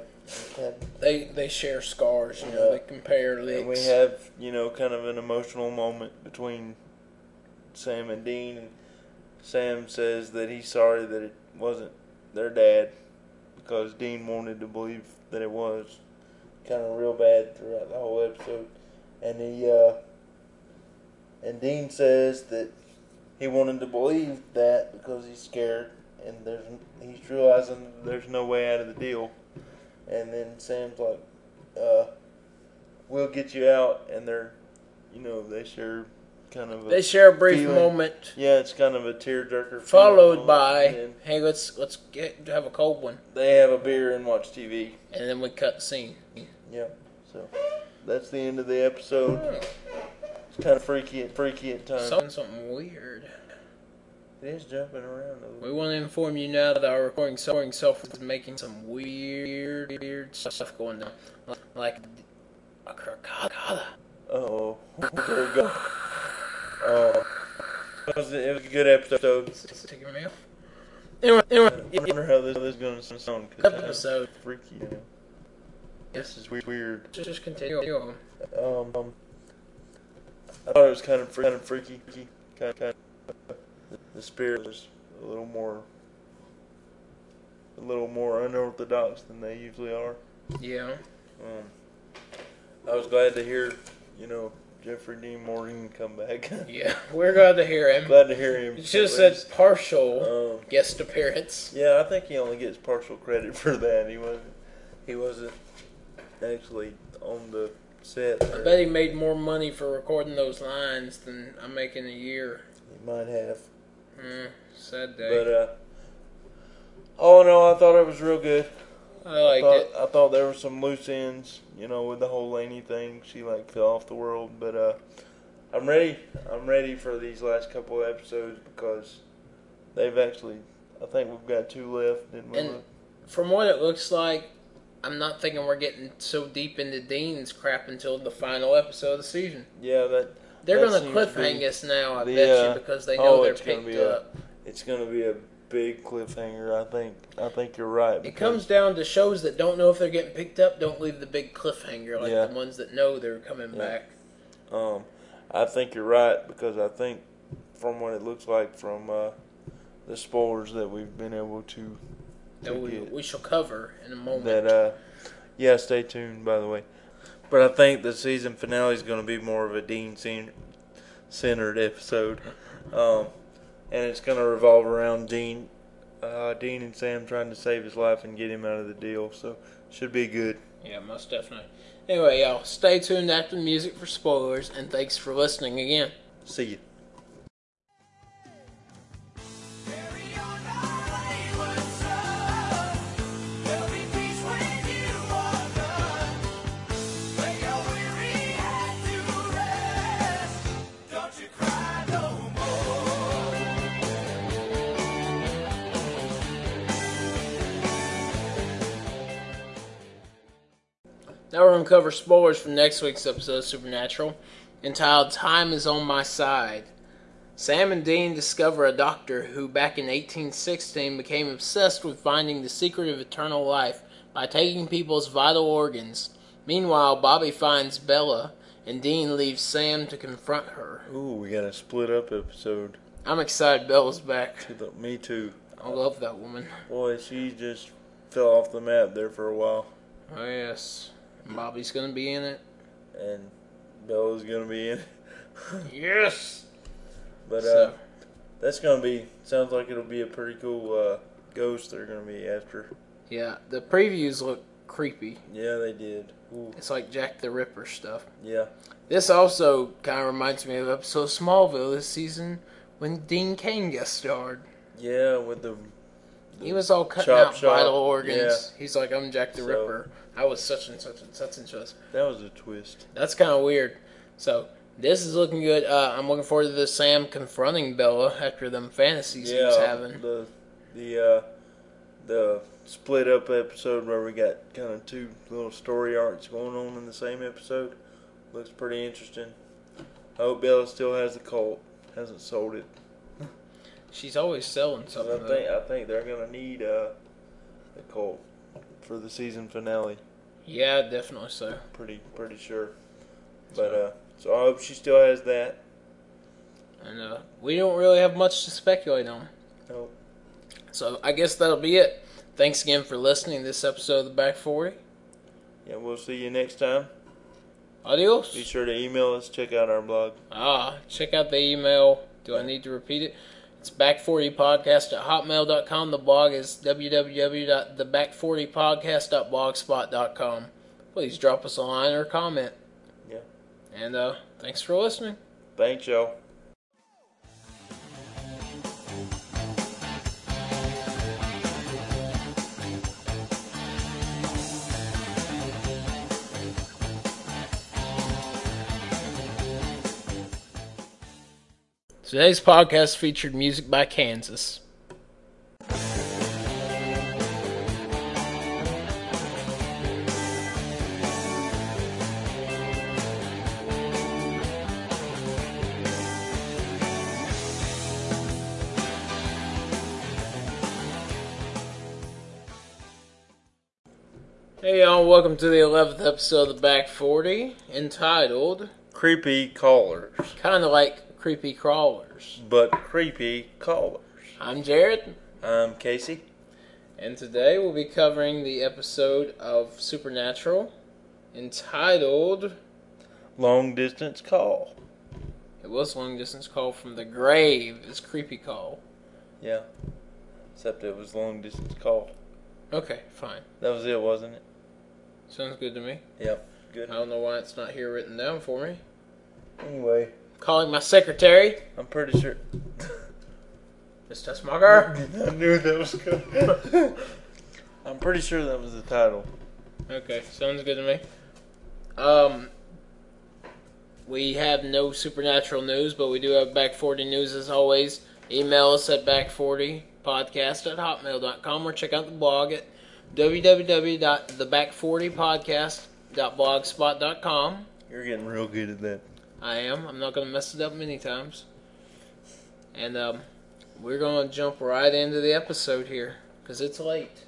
Speaker 1: they they share scars, you know.
Speaker 2: Yeah.
Speaker 1: They compare licks.
Speaker 2: And we have you know kind of an emotional moment between Sam and Dean. And Sam says that he's sorry that it wasn't their dad because Dean wanted to believe that it was kind of real bad throughout the whole episode, and he uh, and Dean says that he wanted to believe that because he's scared and there's he's realizing that there's no way out of the deal, and then Sam's like, uh, "We'll get you out," and they're, you know, they share kind of a
Speaker 1: they share a brief
Speaker 2: Feeling-
Speaker 1: moment,
Speaker 2: yeah, it's kind of a tearjerker.
Speaker 1: followed
Speaker 2: feeling.
Speaker 1: by,
Speaker 2: And
Speaker 1: "Hey, let's let's get have a cold one,"
Speaker 2: they have a beer and watch TV.
Speaker 1: and then we cut the scene.
Speaker 2: Yeah, so that's the end of the episode.
Speaker 1: Oh.
Speaker 2: It's kind of freaky, freaky at times.
Speaker 1: Something, something weird.
Speaker 2: it is jumping around. A
Speaker 1: We
Speaker 2: little.
Speaker 1: want to inform you now that our recording so- recording software is making some weird, weird stuff going down. Like a crocodile.
Speaker 2: Oh, there we go. Oh, it was, it was a good episode.
Speaker 1: It's taking me off. Anyway, anyway,
Speaker 2: I wonder how this, is going to sound. Cause it's
Speaker 1: episode.
Speaker 2: freaky. Now. This
Speaker 1: Yes,
Speaker 2: is weird. weird.
Speaker 1: just, just continue on.
Speaker 2: Um, um, I thought it was kind of fre- kind of freaky. Kind of, kind of, the spirit was a little more, a little more unorthodox than they usually are.
Speaker 1: Yeah.
Speaker 2: Um, I was glad to hear, you know, Jeffrey Dean Morgan come back.
Speaker 1: Yeah, we're glad to hear him.
Speaker 2: Glad to hear him.
Speaker 1: It's just
Speaker 2: at
Speaker 1: a
Speaker 2: least.
Speaker 1: partial
Speaker 2: Um,
Speaker 1: guest appearance.
Speaker 2: yeah, I think he only gets partial credit for that. He wasn't. He wasn't actually on the set.
Speaker 1: I
Speaker 2: there.
Speaker 1: bet he made more money for recording those lines than I'm making a year.
Speaker 2: He might have.
Speaker 1: Mm, sad
Speaker 2: But
Speaker 1: day.
Speaker 2: uh, all in all, I thought it was real good.
Speaker 1: I liked
Speaker 2: thought,
Speaker 1: it.
Speaker 2: I thought there were some loose ends, you know, with the whole Laney thing. She like fell off the world, but uh, I'm ready. I'm ready for these last couple of episodes because they've actually. I think we've got two left, didn't we?
Speaker 1: And- From what it looks like, I'm not thinking we're getting so deep into Dean's crap until the final episode of the season.
Speaker 2: yeah, that
Speaker 1: They're
Speaker 2: That
Speaker 1: going to
Speaker 2: seems to be
Speaker 1: cliffhang us now, I
Speaker 2: the,
Speaker 1: bet
Speaker 2: uh,
Speaker 1: you, because they know
Speaker 2: oh,
Speaker 1: they're
Speaker 2: it's gonna
Speaker 1: picked
Speaker 2: be a-
Speaker 1: up.
Speaker 2: it's gonna be a big cliffhanger. I think. I think you're right.
Speaker 1: It
Speaker 2: because-
Speaker 1: comes down to shows that don't know if they're getting picked up, don't leave the big cliffhanger like
Speaker 2: Yeah.
Speaker 1: the ones that know they're coming
Speaker 2: Yeah.
Speaker 1: back.
Speaker 2: Um, I think you're right because I think from what it looks like from uh, the spoilers that we've been able to, to
Speaker 1: That we,
Speaker 2: get,
Speaker 1: we shall cover in a moment.
Speaker 2: that uh, yeah, stay tuned by the way. But I think the season finale is going to be more of a Dean cen- centered episode, um, and it's going to revolve around Dean, uh, Dean and Sam trying to save his life and get him out of the deal. So should be good.
Speaker 1: Yeah, most definitely. Anyway, y'all, stay tuned after the music for spoilers, and thanks for listening again.
Speaker 2: See you.
Speaker 3: Carry on our wayward son. There'll be peace when you are done. Lay your weary head to rest. Don't you cry no more.
Speaker 1: Now we're going to cover spoilers from next week's episode of Supernatural, entitled Time is on My Side. Sam and Dean discover a doctor who, back in 1816, became obsessed with finding the secret of eternal life by taking people's vital organs. Meanwhile, Bobby finds Bella, and Dean leaves Sam to confront her.
Speaker 2: Ooh, we got a split up episode.
Speaker 1: I'm excited Bella's back.
Speaker 2: Me too.
Speaker 1: I love that woman.
Speaker 2: Boy, she just fell off the map there for a while,
Speaker 1: Oh, yes. Bobby's going to be in it.
Speaker 2: and Bella's gonna be in.
Speaker 1: Yes.
Speaker 2: But uh,
Speaker 1: So,
Speaker 2: that's gonna be sounds like it'll be a pretty cool uh, ghost they're gonna be after.
Speaker 1: yeah, the previews look creepy.
Speaker 2: Yeah, they did. Ooh,
Speaker 1: It's like Jack the Ripper stuff.
Speaker 2: yeah,
Speaker 1: This also kind of reminds me of the episode of Smallville this season when Dean Kane guest starred.
Speaker 2: yeah, with the
Speaker 1: He was all cutting
Speaker 2: Chop
Speaker 1: out
Speaker 2: shop,
Speaker 1: vital organs. He's like, I'm Jack the
Speaker 2: So-
Speaker 1: Ripper. I was such and such and such and such.
Speaker 2: that was a twist.
Speaker 1: That's kind of weird. So this is looking good. Uh, I'm looking forward to the Sam confronting Bella after them fantasies he was
Speaker 2: Yeah,
Speaker 1: having.
Speaker 2: the the uh, the split up episode where we got kind of two little story arcs going on in the same episode looks pretty interesting. I hope Bella still has the cult. Hasn't sold it.
Speaker 1: She's always selling
Speaker 2: I
Speaker 1: something.
Speaker 2: think
Speaker 1: though.
Speaker 2: I think they're gonna need uh, the Colt for the season finale.
Speaker 1: Yeah, definitely so.
Speaker 2: Pretty pretty sure. But uh, so I hope she still has that.
Speaker 1: And uh, we don't really have much to speculate on.
Speaker 2: Oh,
Speaker 1: So I guess that'll be it. Thanks again for listening to this episode of the Back 40.
Speaker 2: yeah, we'll see you next time.
Speaker 1: Adios.
Speaker 2: Be sure to email us. Check out our blog.
Speaker 1: Ah, check out the email. Do I need to repeat it? It's back40podcast at hotmail.com. The blog is www.theback40podcast.blogspot.com. Please drop us a line or comment.
Speaker 2: Yeah.
Speaker 1: And uh, thanks for listening.
Speaker 2: Thanks, y'all.
Speaker 1: Today's podcast featured music by Kansas. Hey y'all, welcome to the 11th episode of the Back 40, entitled
Speaker 2: Creepy callers,
Speaker 1: Kinda Like Creepy Crawlers.
Speaker 2: but creepy callers.
Speaker 1: I'm Jared,
Speaker 2: I'm Casey.
Speaker 1: and today we'll be covering the episode of Supernatural entitled
Speaker 2: long distance call.
Speaker 1: It was long distance call from the grave. It's creepy call.
Speaker 2: Yeah. Except it was long distance call.
Speaker 1: Okay, fine.
Speaker 2: That was it, wasn't it?
Speaker 1: Sounds good to me.
Speaker 2: Yep. Good.
Speaker 1: I don't know why it's not here written down for me.
Speaker 2: Anyway,
Speaker 1: Calling my secretary,
Speaker 2: I'm pretty sure.
Speaker 1: Miss Tessmacher.
Speaker 2: I knew that was good. I'm pretty sure that was the title.
Speaker 1: Okay, sounds good to me. Um, we have no supernatural news, but we do have Back 40 news as always. Email us at back40podcast at hotmail.com or check out the blog at www.theback40podcast.blogspot.com.
Speaker 2: You're getting real good at that.
Speaker 1: I am. I'm not going to mess it up many times. And um, we're going to jump right into the episode here because it's late.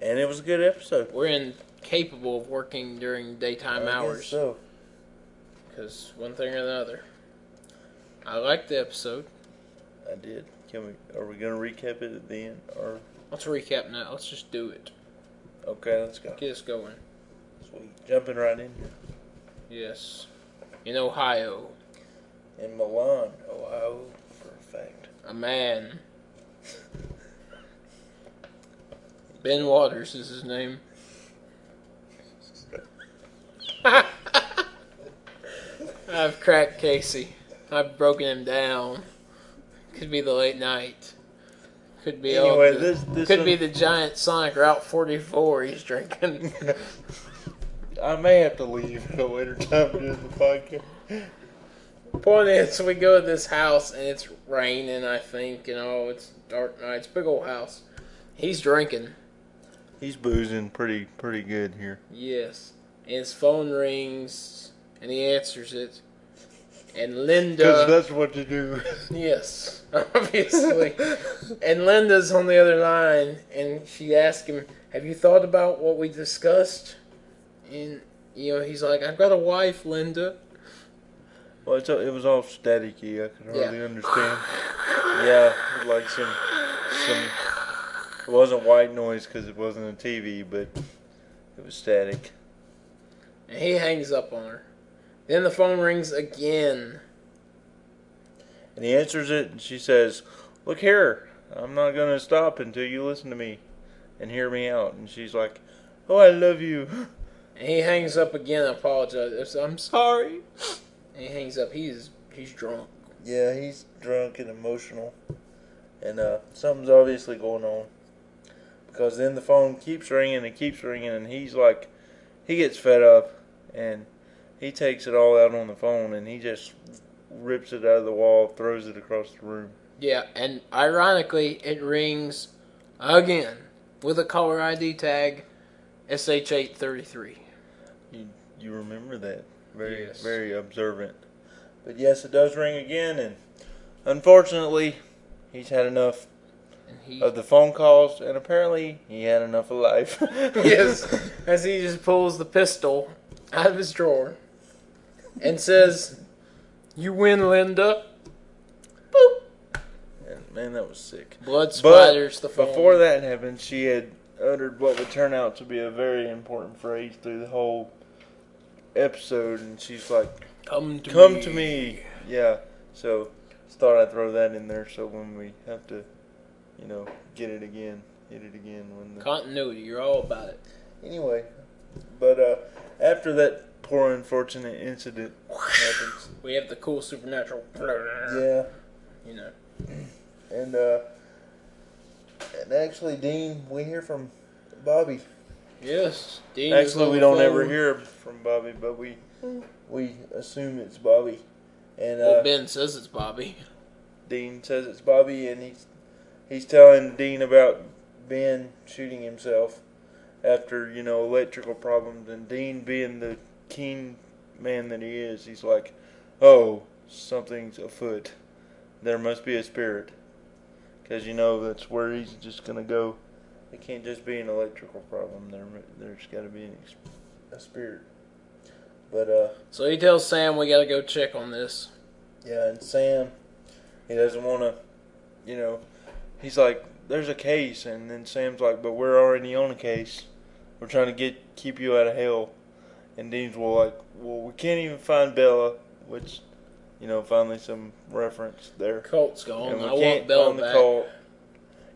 Speaker 2: And it was a good episode.
Speaker 1: We're incapable of working during daytime
Speaker 2: I guess
Speaker 1: hours
Speaker 2: So,
Speaker 1: because one thing or another. I liked the episode.
Speaker 2: I did. Can we? Are we gonna recap it at the end? Or
Speaker 1: Let's recap now. Let's just do it.
Speaker 2: okay, let's go.
Speaker 1: Get us going.
Speaker 2: Sweet. Jumping right in here.
Speaker 1: Yes. In Ohio,
Speaker 2: In Milan, Ohio, for a fact.
Speaker 1: a man. Ben Waters is his name. I've cracked Casey. I've broken him down. Could be the late night. Could be all
Speaker 2: Anyway,
Speaker 1: the-
Speaker 2: this- this
Speaker 1: could
Speaker 2: one-
Speaker 1: be the giant Sonic Route 44 he's drinking.
Speaker 2: I may have to leave at a later time during the podcast.
Speaker 1: Point is, we go to this house and it's raining, I think, and oh, it's dark night. It's a big old house. He's drinking.
Speaker 2: He's boozing pretty pretty good here.
Speaker 1: Yes. And his phone rings and he answers it. And
Speaker 2: Because
Speaker 1: Linda.
Speaker 2: that's what you do.
Speaker 1: Yes, obviously. and Linda's on the other line and she asks him, Have you thought about what we discussed? And, you know, he's like, I've got a wife, Linda.
Speaker 2: Well, it's, it was all staticky. I could
Speaker 1: Yeah.
Speaker 2: hardly understand. Yeah, like some some. It wasn't white noise because it wasn't a TV, but it was static.
Speaker 1: And he hangs up on her. Then the phone rings again.
Speaker 2: And he answers it, and she says, "Look here, I'm not gonna stop until you listen to me, and hear me out." And she's like, "Oh, I love you."
Speaker 1: And he hangs up again. I apologize. I'm sorry. And he hangs up. He's he's drunk.
Speaker 2: Yeah, he's drunk and emotional, and uh, something's obviously going on because then the phone keeps ringing and keeps ringing, and he's like, he gets fed up, and he takes it all out on the phone, and he just rips it out of the wall, throws it across the room.
Speaker 1: Yeah, and ironically, it rings again with a caller ID tag SH833.
Speaker 2: You you remember that very
Speaker 1: Yes.
Speaker 2: very observant, but yes, it does ring again, and unfortunately, he's had enough
Speaker 1: And he
Speaker 2: of the phone calls, and apparently, he had enough of life.
Speaker 1: yes, as he just pulls the pistol out of his drawer and says, "You win, Linda." Boop.
Speaker 2: Man, man, that was sick.
Speaker 1: Blood
Speaker 2: But
Speaker 1: splatters the phone.
Speaker 2: before that happened, she had uttered what would turn out to be a very important phrase through the whole episode, and she's like,
Speaker 1: come to
Speaker 2: "Come
Speaker 1: me.
Speaker 2: to me." Yeah. So, just thought I'd throw that in there, so when we have to, you know, get it again, hit it again when the.
Speaker 1: Continuity. You're all about it.
Speaker 2: Anyway, but uh, after that poor unfortunate incident happens,
Speaker 1: We have the cool supernatural.
Speaker 2: yeah.
Speaker 1: You know.
Speaker 2: And uh, and actually, Dean, we hear from Bobby.
Speaker 1: Yes. Dean is
Speaker 2: Actually,
Speaker 1: on
Speaker 2: we
Speaker 1: the
Speaker 2: don't
Speaker 1: phone.
Speaker 2: ever hear from Bobby, but we we assume it's Bobby. And uh,
Speaker 1: Well, Ben says it's Bobby.
Speaker 2: Dean says it's Bobby, and he's he's telling Dean about Ben shooting himself after you know electrical problems, and Dean being the keen man that he is, he's like, "Oh, something's afoot. There must be a spirit, because you know that's where he's just gonna go. It can't just be an electrical problem. There, there's got to be an ex- a spirit." But uh,
Speaker 1: So he tells Sam we gotta go check on this.
Speaker 2: Yeah, and Sam, he doesn't want to, you know, he's like, there's a case, and then Sam's like, but we're already on a case. We're trying to get keep you out of hell, and Dean's well, like, well, we can't even find Bella, which, you know, finally some reference there.
Speaker 1: Colt's gone.
Speaker 2: and we
Speaker 1: I
Speaker 2: can't
Speaker 1: want Bell
Speaker 2: find the
Speaker 1: back.
Speaker 2: cult.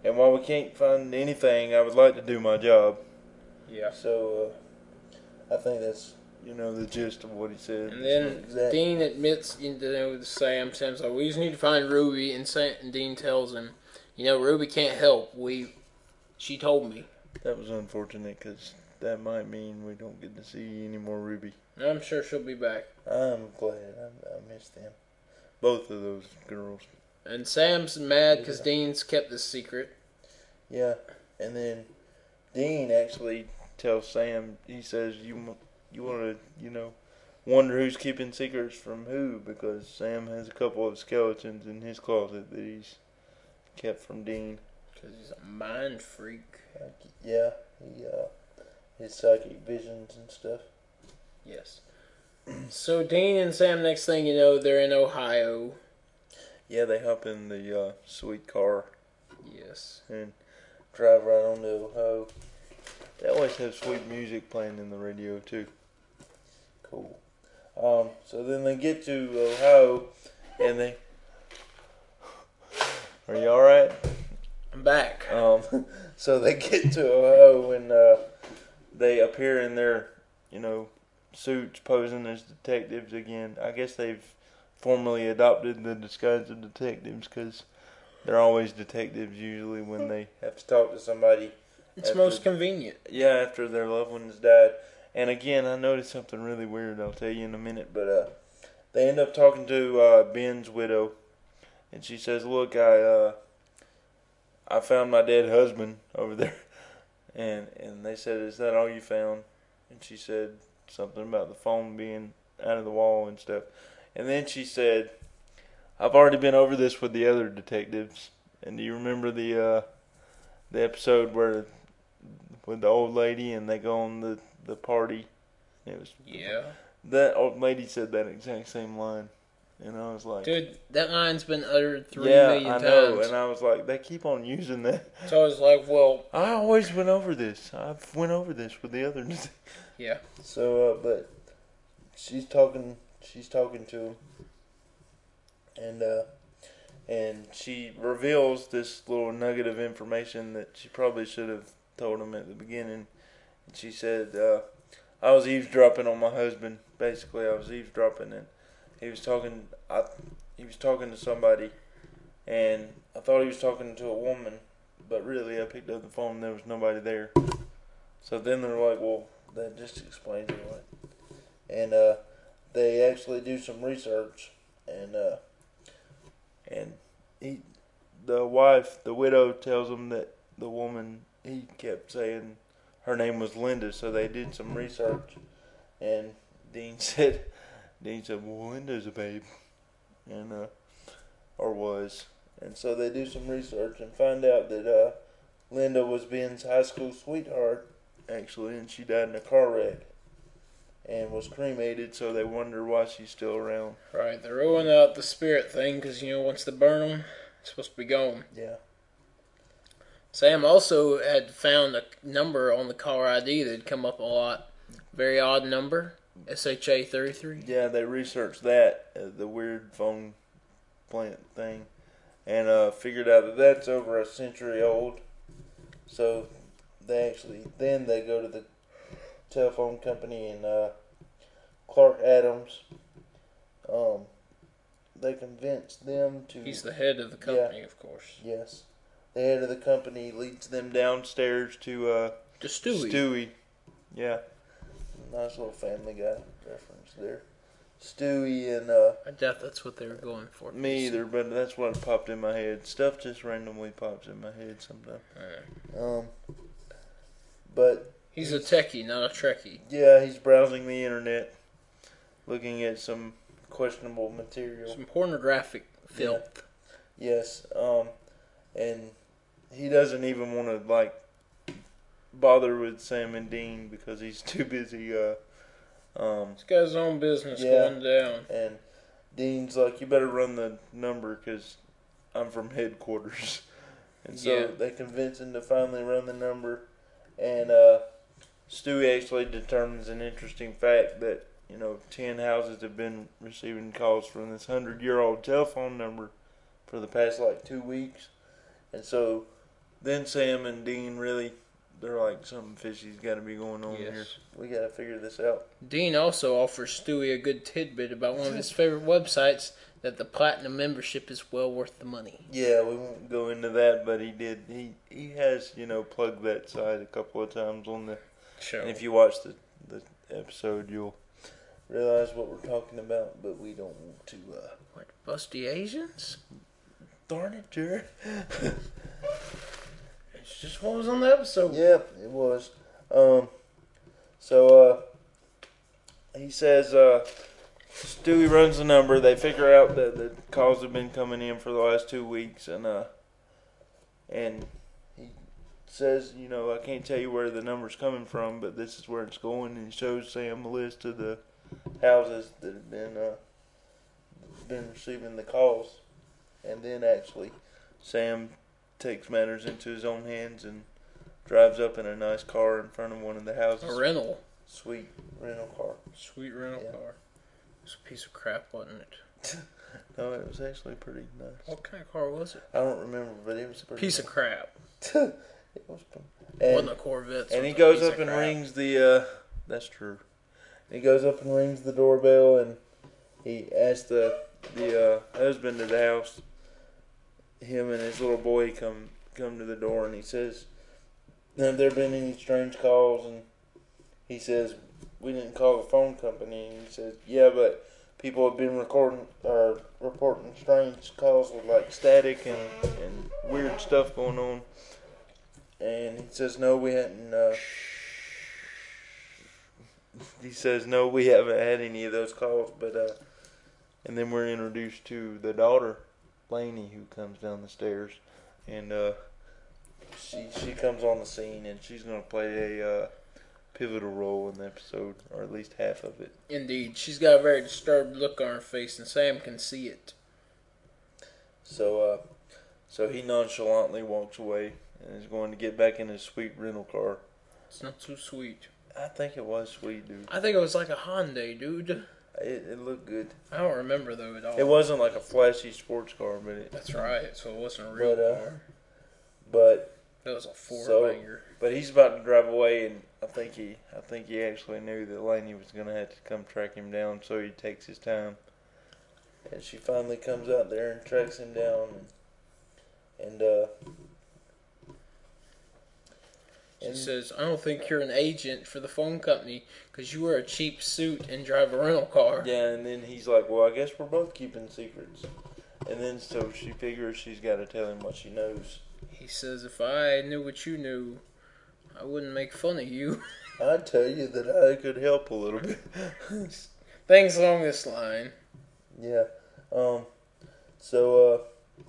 Speaker 2: And while we can't find anything, I would like to do my job.
Speaker 1: Yeah.
Speaker 2: So, uh, I think that's you know the gist of what he said.
Speaker 1: And then
Speaker 2: Exactly.
Speaker 1: Dean admits you know, to Sam. Sam's like, "We just need to find Ruby," and, Sam, and Dean tells him, "You know, Ruby can't help. We, she told me.
Speaker 2: that was unfortunate because that might mean we don't get to see any more Ruby.
Speaker 1: I'm sure she'll be back."
Speaker 2: I'm glad I, I missed them. Both of those girls.
Speaker 1: And Sam's mad because Dean's kept this secret.
Speaker 2: Yeah, and then Dean actually tells Sam. He says, "You m- you want to you know wonder who's keeping secrets from who because Sam has a couple of skeletons in his closet that he's kept from Dean."
Speaker 1: Because he's a mind freak.
Speaker 2: Like, yeah, he uh, his psychic visions and stuff.
Speaker 1: Yes. So Dean and Sam, next thing you know, they're in Ohio.
Speaker 2: Yeah, they hop in the uh, sweet car
Speaker 1: Yes.
Speaker 2: and drive right on to Ohio. They always have sweet music playing in the radio too. Cool. Um, so then they get to Ohio, and they. Are you all right?
Speaker 1: I'm back.
Speaker 2: Um, so they get to Ohio and uh, they appear in their, you know, suits posing as detectives again. I guess they've formally adopted the disguise of detectives because they're always detectives usually when they have to talk to somebody.
Speaker 1: It's
Speaker 2: after-
Speaker 1: most convenient.
Speaker 2: yeah, after their loved ones died. And again, I noticed something really weird. I'll tell you in a minute, but uh, they end up talking to uh, Ben's widow, and she says, "Look, I uh, I found my dead husband over there," and and they said, "Is that all you found?" And she said something about the phone being out of the wall and stuff, and then she said, "I've already been over this with the other detectives." And do you remember the uh, the episode where with the old lady and they go on the, the party. It was
Speaker 1: Yeah.
Speaker 2: that old lady said that exact same line, and I was like,
Speaker 1: Dude, that line's been uttered three
Speaker 2: yeah,
Speaker 1: million
Speaker 2: I know."
Speaker 1: times.
Speaker 2: And I was like, "They keep on using that."
Speaker 1: so I was like, well,
Speaker 2: I always went over this. I've went over this with the other.
Speaker 1: yeah.
Speaker 2: so, uh, but she's talking. She's talking to him, and uh, and she reveals this little nugget of information that she probably should have told him at the beginning. And she said, uh, "I was eavesdropping on my husband. Basically, I was eavesdropping, and he was talking. I, he was talking to somebody, and I thought he was talking to a woman, but really, I picked up the phone and there was nobody there. So then they're like, well, that just explains it." Right? And uh, they actually do some research, and uh, and he, the wife, the widow, tells him that the woman he kept saying her name was Linda. So they did some research, and Dean said, Dean said, well, Linda's a babe, and uh, or was. And so they do some research and find out that uh, Linda was Ben's high school sweetheart, actually, and she died in a car wreck and was cremated, so they wonder why she's still around.
Speaker 1: Right, they're ruining out the spirit thing because, you know, once they burn them, it's supposed to be gone.
Speaker 2: Yeah.
Speaker 1: Sam also had found a number on the caller ID that had come up a lot. Very odd number, SHA33.
Speaker 2: Yeah, they researched that, uh, the weird phone plant thing, and uh, figured out that that's over a century old. So they actually, then they go to the telephone company and uh, Clark Adams, um, they convince them to.
Speaker 1: He's the head of the company, of course.
Speaker 2: yes. The head of the company leads them downstairs to uh,
Speaker 1: To Stewie.
Speaker 2: Stewie. Yeah. Nice little family guy reference there. Stewie and uh
Speaker 1: I doubt that's what they were going for.
Speaker 2: me either, but that's what popped in my head. Stuff just randomly pops in my head sometimes.
Speaker 1: Alright.
Speaker 2: Um but
Speaker 1: He's a techie, not a trekkie.
Speaker 2: yeah, he's browsing the internet looking at some questionable material.
Speaker 1: Some pornographic filth.
Speaker 2: Yes, um, and he doesn't even want to like bother with Sam and Dean because he's too busy. Uh, um,
Speaker 1: He's got his own business
Speaker 2: Yeah.
Speaker 1: going down.
Speaker 2: and Dean's like, "You better run the number because I'm from headquarters," and so
Speaker 1: Yeah.
Speaker 2: they convince him to finally run the number, and uh, Stewie actually determines an interesting fact that, you know, 10 houses have been receiving calls from this 100 year old telephone number for the past like two weeks. And so then Sam and Dean really, they're like, something fishy's got to be going on
Speaker 1: Yes.
Speaker 2: here. We got to figure this out.
Speaker 1: Dean also offers Stewie a good tidbit about one of his favorite websites that the platinum membership is well worth the money.
Speaker 2: Yeah, we won't go into that, but he did. He he has you know plugged that side a couple of times on the.
Speaker 1: Sure.
Speaker 2: And if you watch the the episode, you'll realize what we're talking about. But we don't want to. Uh,
Speaker 1: what, busty Asians?
Speaker 2: darn it, Jared.
Speaker 1: It's just what was on the episode.
Speaker 2: Yep, it was. Um, so uh, he says uh, Stewie runs the number. They figure out that the calls have been coming in for the last two weeks, and uh, and he says, you know, I can't tell you where the number's coming from, but this is where it's going. And he shows Sam a list of the houses that have been uh, been receiving the calls, and then actually Sam takes matters into his own hands and drives up in a nice car in front of one of the houses.
Speaker 1: A rental.
Speaker 2: Sweet rental car.
Speaker 1: Sweet rental
Speaker 2: Yeah.
Speaker 1: car. It's a piece of crap, wasn't it?
Speaker 2: No, it was actually pretty nice.
Speaker 1: What kind of car was it?
Speaker 2: I don't remember, but it was
Speaker 1: Oh.
Speaker 2: pretty.
Speaker 1: Piece of
Speaker 2: nice.
Speaker 1: crap.
Speaker 2: it was pretty.
Speaker 1: wasn't
Speaker 2: And,
Speaker 1: a Corvette. so
Speaker 2: and he
Speaker 1: it's a
Speaker 2: goes
Speaker 1: piece of
Speaker 2: up and
Speaker 1: crap.
Speaker 2: rings the. Uh, that's true. He goes up and rings the doorbell, and he asks the the uh, husband of the house. Him and his little boy come come to the door, and he says, "Have there been any strange calls?" And he says, "We didn't call the phone company." And he says, "Yeah, but people have been recording or reporting strange calls with like static and, and weird stuff going on. And he says, no, we hadn't. Uh, he says, no, we haven't had any of those calls. But uh, and then we're introduced to the daughter, Lainey, who comes down the stairs, and uh, she she comes on the scene and she's gonna play a uh, pivotal role in the episode, or at least half of it.
Speaker 1: Indeed, she's got a very disturbed look on her face, and Sam can see it.
Speaker 2: So, uh, so he nonchalantly walks away and is going to get back in his sweet rental car.
Speaker 1: It's not too sweet.
Speaker 2: I think it was sweet, dude.
Speaker 1: I think it was like a Hyundai, dude.
Speaker 2: It, it looked good.
Speaker 1: I don't remember though at all.
Speaker 2: It wasn't like a flashy sports car, but it,
Speaker 1: That's right. So it wasn't a real
Speaker 2: But, uh,
Speaker 1: car.
Speaker 2: but
Speaker 1: That was a four
Speaker 2: so-
Speaker 1: banger.
Speaker 2: but he's about to drive away, and I think he I think he actually knew that Laney was gonna have to come track him down, so he takes his time. And she finally comes out there and tracks him down, and, and uh,
Speaker 1: She
Speaker 2: and-
Speaker 1: says, "I don't think you're an agent for the phone company because you wear a cheap suit and drive a rental car."
Speaker 2: Yeah, and then he's like, "Well, I guess we're both keeping secrets." And then so she figures she's got to tell him what she knows.
Speaker 1: He says, "If I knew what you knew, I wouldn't make fun of you."
Speaker 2: I tell you that I could help a little bit.
Speaker 1: Things along this line.
Speaker 2: yeah. Um. So uh,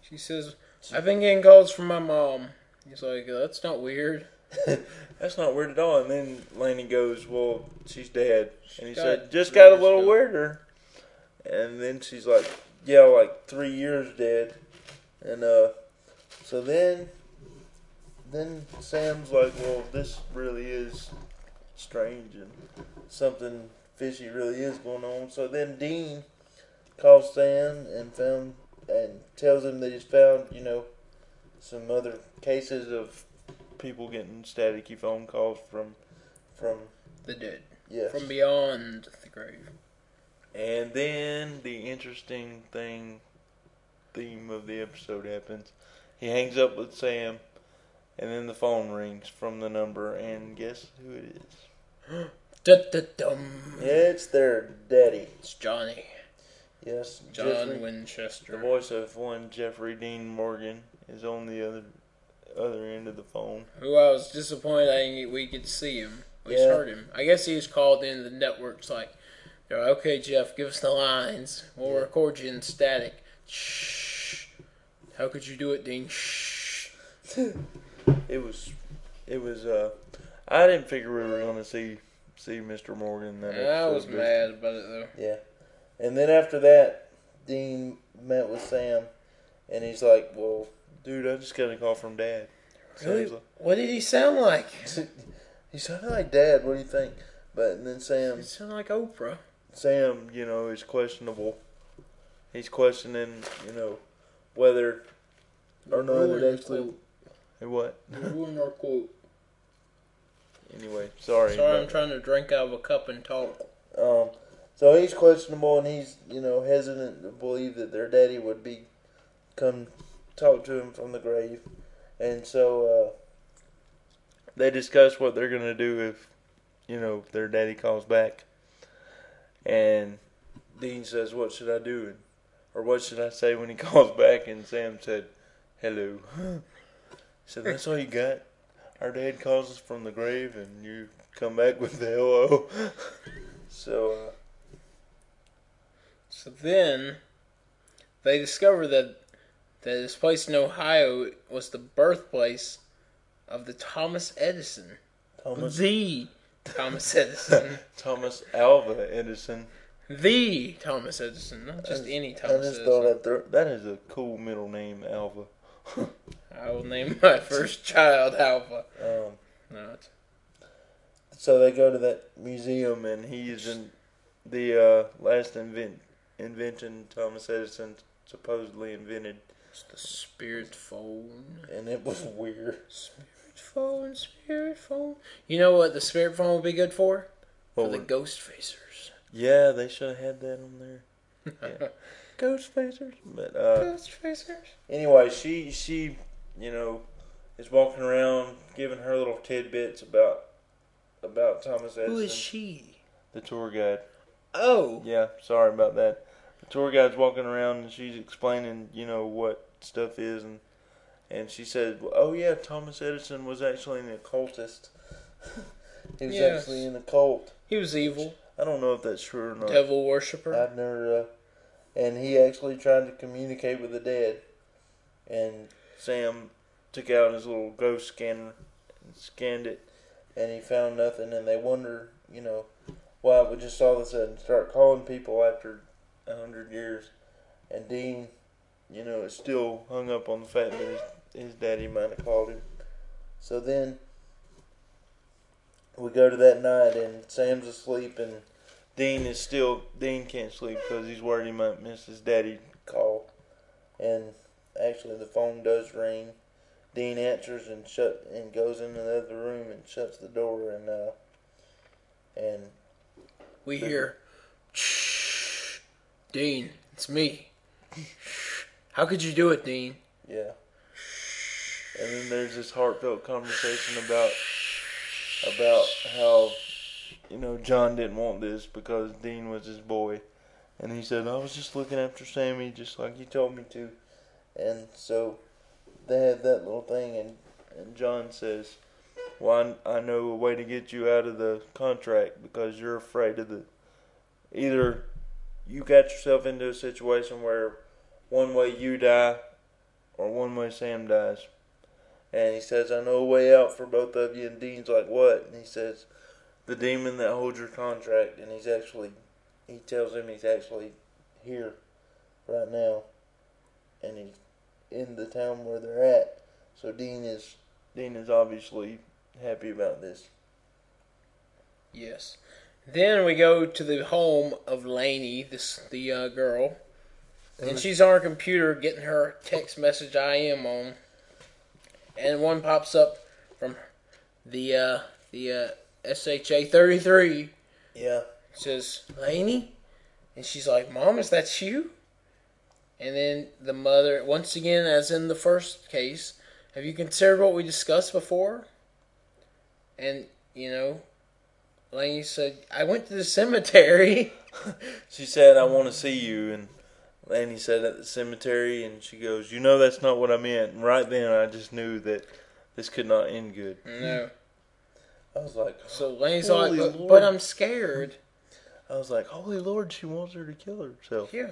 Speaker 1: She says, "I've been getting calls from my mom." He's like, "That's not weird."
Speaker 2: uh, that's not weird at all. And then Laney goes, "Well, she's dead." And he
Speaker 1: Got
Speaker 2: said,
Speaker 1: it.
Speaker 2: "Just got a
Speaker 1: Years
Speaker 2: little
Speaker 1: ago.
Speaker 2: weirder." And then she's like, "Yeah, like three years dead." And uh, so then, then Sam's like, "Well, this really is strange and something fishy really is going on." So then Dean calls Sam and found and tells him that he's found, you know, some other cases of people getting staticky phone calls from from
Speaker 1: The dead
Speaker 2: yes.
Speaker 1: from beyond the grave.
Speaker 2: and then the interesting thing theme of the episode happens. He hangs up with Sam and then the phone rings from the number and guess who it is?
Speaker 1: Da da dum.
Speaker 2: It's their daddy.
Speaker 1: It's Johnny.
Speaker 2: Yes,
Speaker 1: John
Speaker 2: Jeffrey. The
Speaker 1: Winchester.
Speaker 2: voice of one Jeffrey Dean Morgan is on the other other end of the phone.
Speaker 1: who I was disappointed I didn't get, we could see him. We just
Speaker 2: Yeah.
Speaker 1: heard him. I guess he was called in. The network's like, they're like, okay, Jeff, give us the lines. We'll
Speaker 2: Yeah.
Speaker 1: record you in static. Shh. How could you do it, Dean? Shh.
Speaker 2: It was, it was. Uh, I didn't figure we were gonna see see Mr. Morgan that
Speaker 1: And I
Speaker 2: episode,
Speaker 1: was
Speaker 2: but-
Speaker 1: mad about it though.
Speaker 2: Yeah, and then after that, Dean met with Sam, and he's like, "Well, dude, I just got a call from Dad." So
Speaker 1: Really?
Speaker 2: he's
Speaker 1: What did he sound like?
Speaker 2: like- He sounded like Dad. What do you think? But and then Sam,
Speaker 1: It sounds like Oprah.
Speaker 2: Sam, you know, is questionable. He's questioning, you know, whether or not it actually Hey, what.
Speaker 1: Ruin our quote.
Speaker 2: Anyway, sorry.
Speaker 1: Sorry, I'm
Speaker 2: but-
Speaker 1: trying to drink out of a cup and talk.
Speaker 2: Um, so he's questionable and he's, you know, hesitant to believe that their daddy would be come talk to him from the grave. And so uh, they discuss what they're going to do if, you know, their daddy calls back. And Dean says, What should I do? And, or what should I say when he calls back? And Sam said, Hello. He said, That's all you got? Our dad calls us from the grave and you come back with the hello. So, uh,
Speaker 1: So then, they discover that that this place in Ohio was the birthplace of the Thomas Edison,
Speaker 2: Thomas
Speaker 1: the Thomas Edison,
Speaker 2: Thomas Alva Edison.
Speaker 1: the Thomas Edison, not just any
Speaker 2: I
Speaker 1: Thomas
Speaker 2: just thought
Speaker 1: Edison.
Speaker 2: that thro- that is a cool middle name, Alva.
Speaker 1: I will name my first child Alpha.
Speaker 2: Um,
Speaker 1: No, it's-
Speaker 2: so they go to that museum, and he's in the uh, last invent invention Thomas Edison supposedly invented,
Speaker 1: it's the Spirit Phone.
Speaker 2: and it was weird.
Speaker 1: Spirit phone, spirit phone. You know what the spirit phone would be good for?
Speaker 2: What
Speaker 1: for the
Speaker 2: would-
Speaker 1: ghost facers.
Speaker 2: yeah, they should have had that on there. Yeah. Ghost facers, but uh,
Speaker 1: Ghost facers.
Speaker 2: anyway, she she you know is walking around giving her little tidbits about about Thomas Edison.
Speaker 1: Who is she?
Speaker 2: The tour guide.
Speaker 1: Oh,
Speaker 2: Yeah, sorry about that. The tour guide's walking around and she's explaining, you know, what stuff is and and she said, "Oh yeah, Thomas Edison was actually an occultist. he was
Speaker 1: Yes.
Speaker 2: actually in the cult.
Speaker 1: he was evil,
Speaker 2: I don't know if that's true or not.
Speaker 1: devil worshiper.
Speaker 2: I've never. Uh, and he actually tried to communicate with the dead. And Sam took out his little ghost scanner and scanned it, and he found nothing. And they wonder, you know, why it would just all of a sudden start calling people after a hundred years. And Dean, you know, is still hung up on the fact that his, his daddy might have called him. So then we go to that night, and Sam's asleep, and Dean is still Dean can't sleep because he's worried he might miss his daddy call, and actually the phone does ring. Dean answers and shut and goes into the other room and shuts the door and uh and
Speaker 1: We hear, shh, Dean, it's me. How could you do it, Dean?
Speaker 2: yeah. And then there's this heartfelt conversation about about how you know John didn't want this because Dean was his boy, and he said I was just looking after Sammy just like you told me to, and so they had that little thing, and and John says, "Well, I, I know a way to get you out of the contract because you're afraid of the either you got yourself into a situation where one way you die or one way Sam dies." And he says, I know a way out for both of you. And Dean's like, What? And he says, The demon that holds your contract. And he's actually, he tells him he's actually here right now. And he's in the town where they're at. So Dean is, Dean is obviously happy about this.
Speaker 1: Yes. Then we go to the home of Lainey, this the uh, girl, and she's on her computer getting her text message IM on, and one pops up from the uh, the uh, SHA thirty three
Speaker 2: Yeah.
Speaker 1: says Lainey, and she's like, "Mom, is that you?" And then the mother, once again, as in the first case, have you considered what we discussed before? And you know, Lainey said, "I went to the cemetery."
Speaker 2: She said, I want to see you. And Lanny said, At the cemetery. And she goes, You know, that's not what I meant. And right then, I just knew that this could not end good.
Speaker 1: no,
Speaker 2: I was like,
Speaker 1: so Lainey's
Speaker 2: Holy
Speaker 1: like, but,
Speaker 2: Lord.
Speaker 1: "But I'm scared."
Speaker 2: I was like, holy lord, she wants her to kill herself.
Speaker 1: Yeah.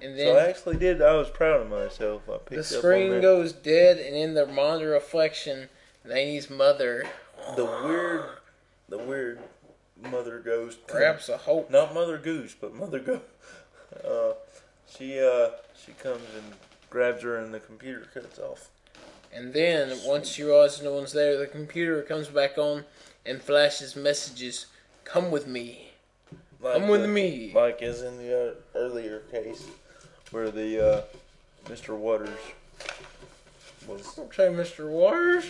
Speaker 1: And
Speaker 2: So I
Speaker 1: then
Speaker 2: actually did. I was proud of myself. I picked
Speaker 1: the
Speaker 2: up
Speaker 1: screen
Speaker 2: on that.
Speaker 1: goes dead, and in the monitor reflection, Lainey's mother
Speaker 2: the weird, the weird mother ghost.
Speaker 1: grabs a hold.
Speaker 2: Not mother goose, but mother ghost. Uh, she uh, she comes and grabs her, and the computer cuts off.
Speaker 1: And then once you realize no one's there, the computer comes back on, and flashes messages, "Come with me."
Speaker 2: Like
Speaker 1: Come with
Speaker 2: the-
Speaker 1: me.
Speaker 2: Like as in the uh, earlier case where the uh, Mr. Waters was.
Speaker 1: Okay, Mr. Waters.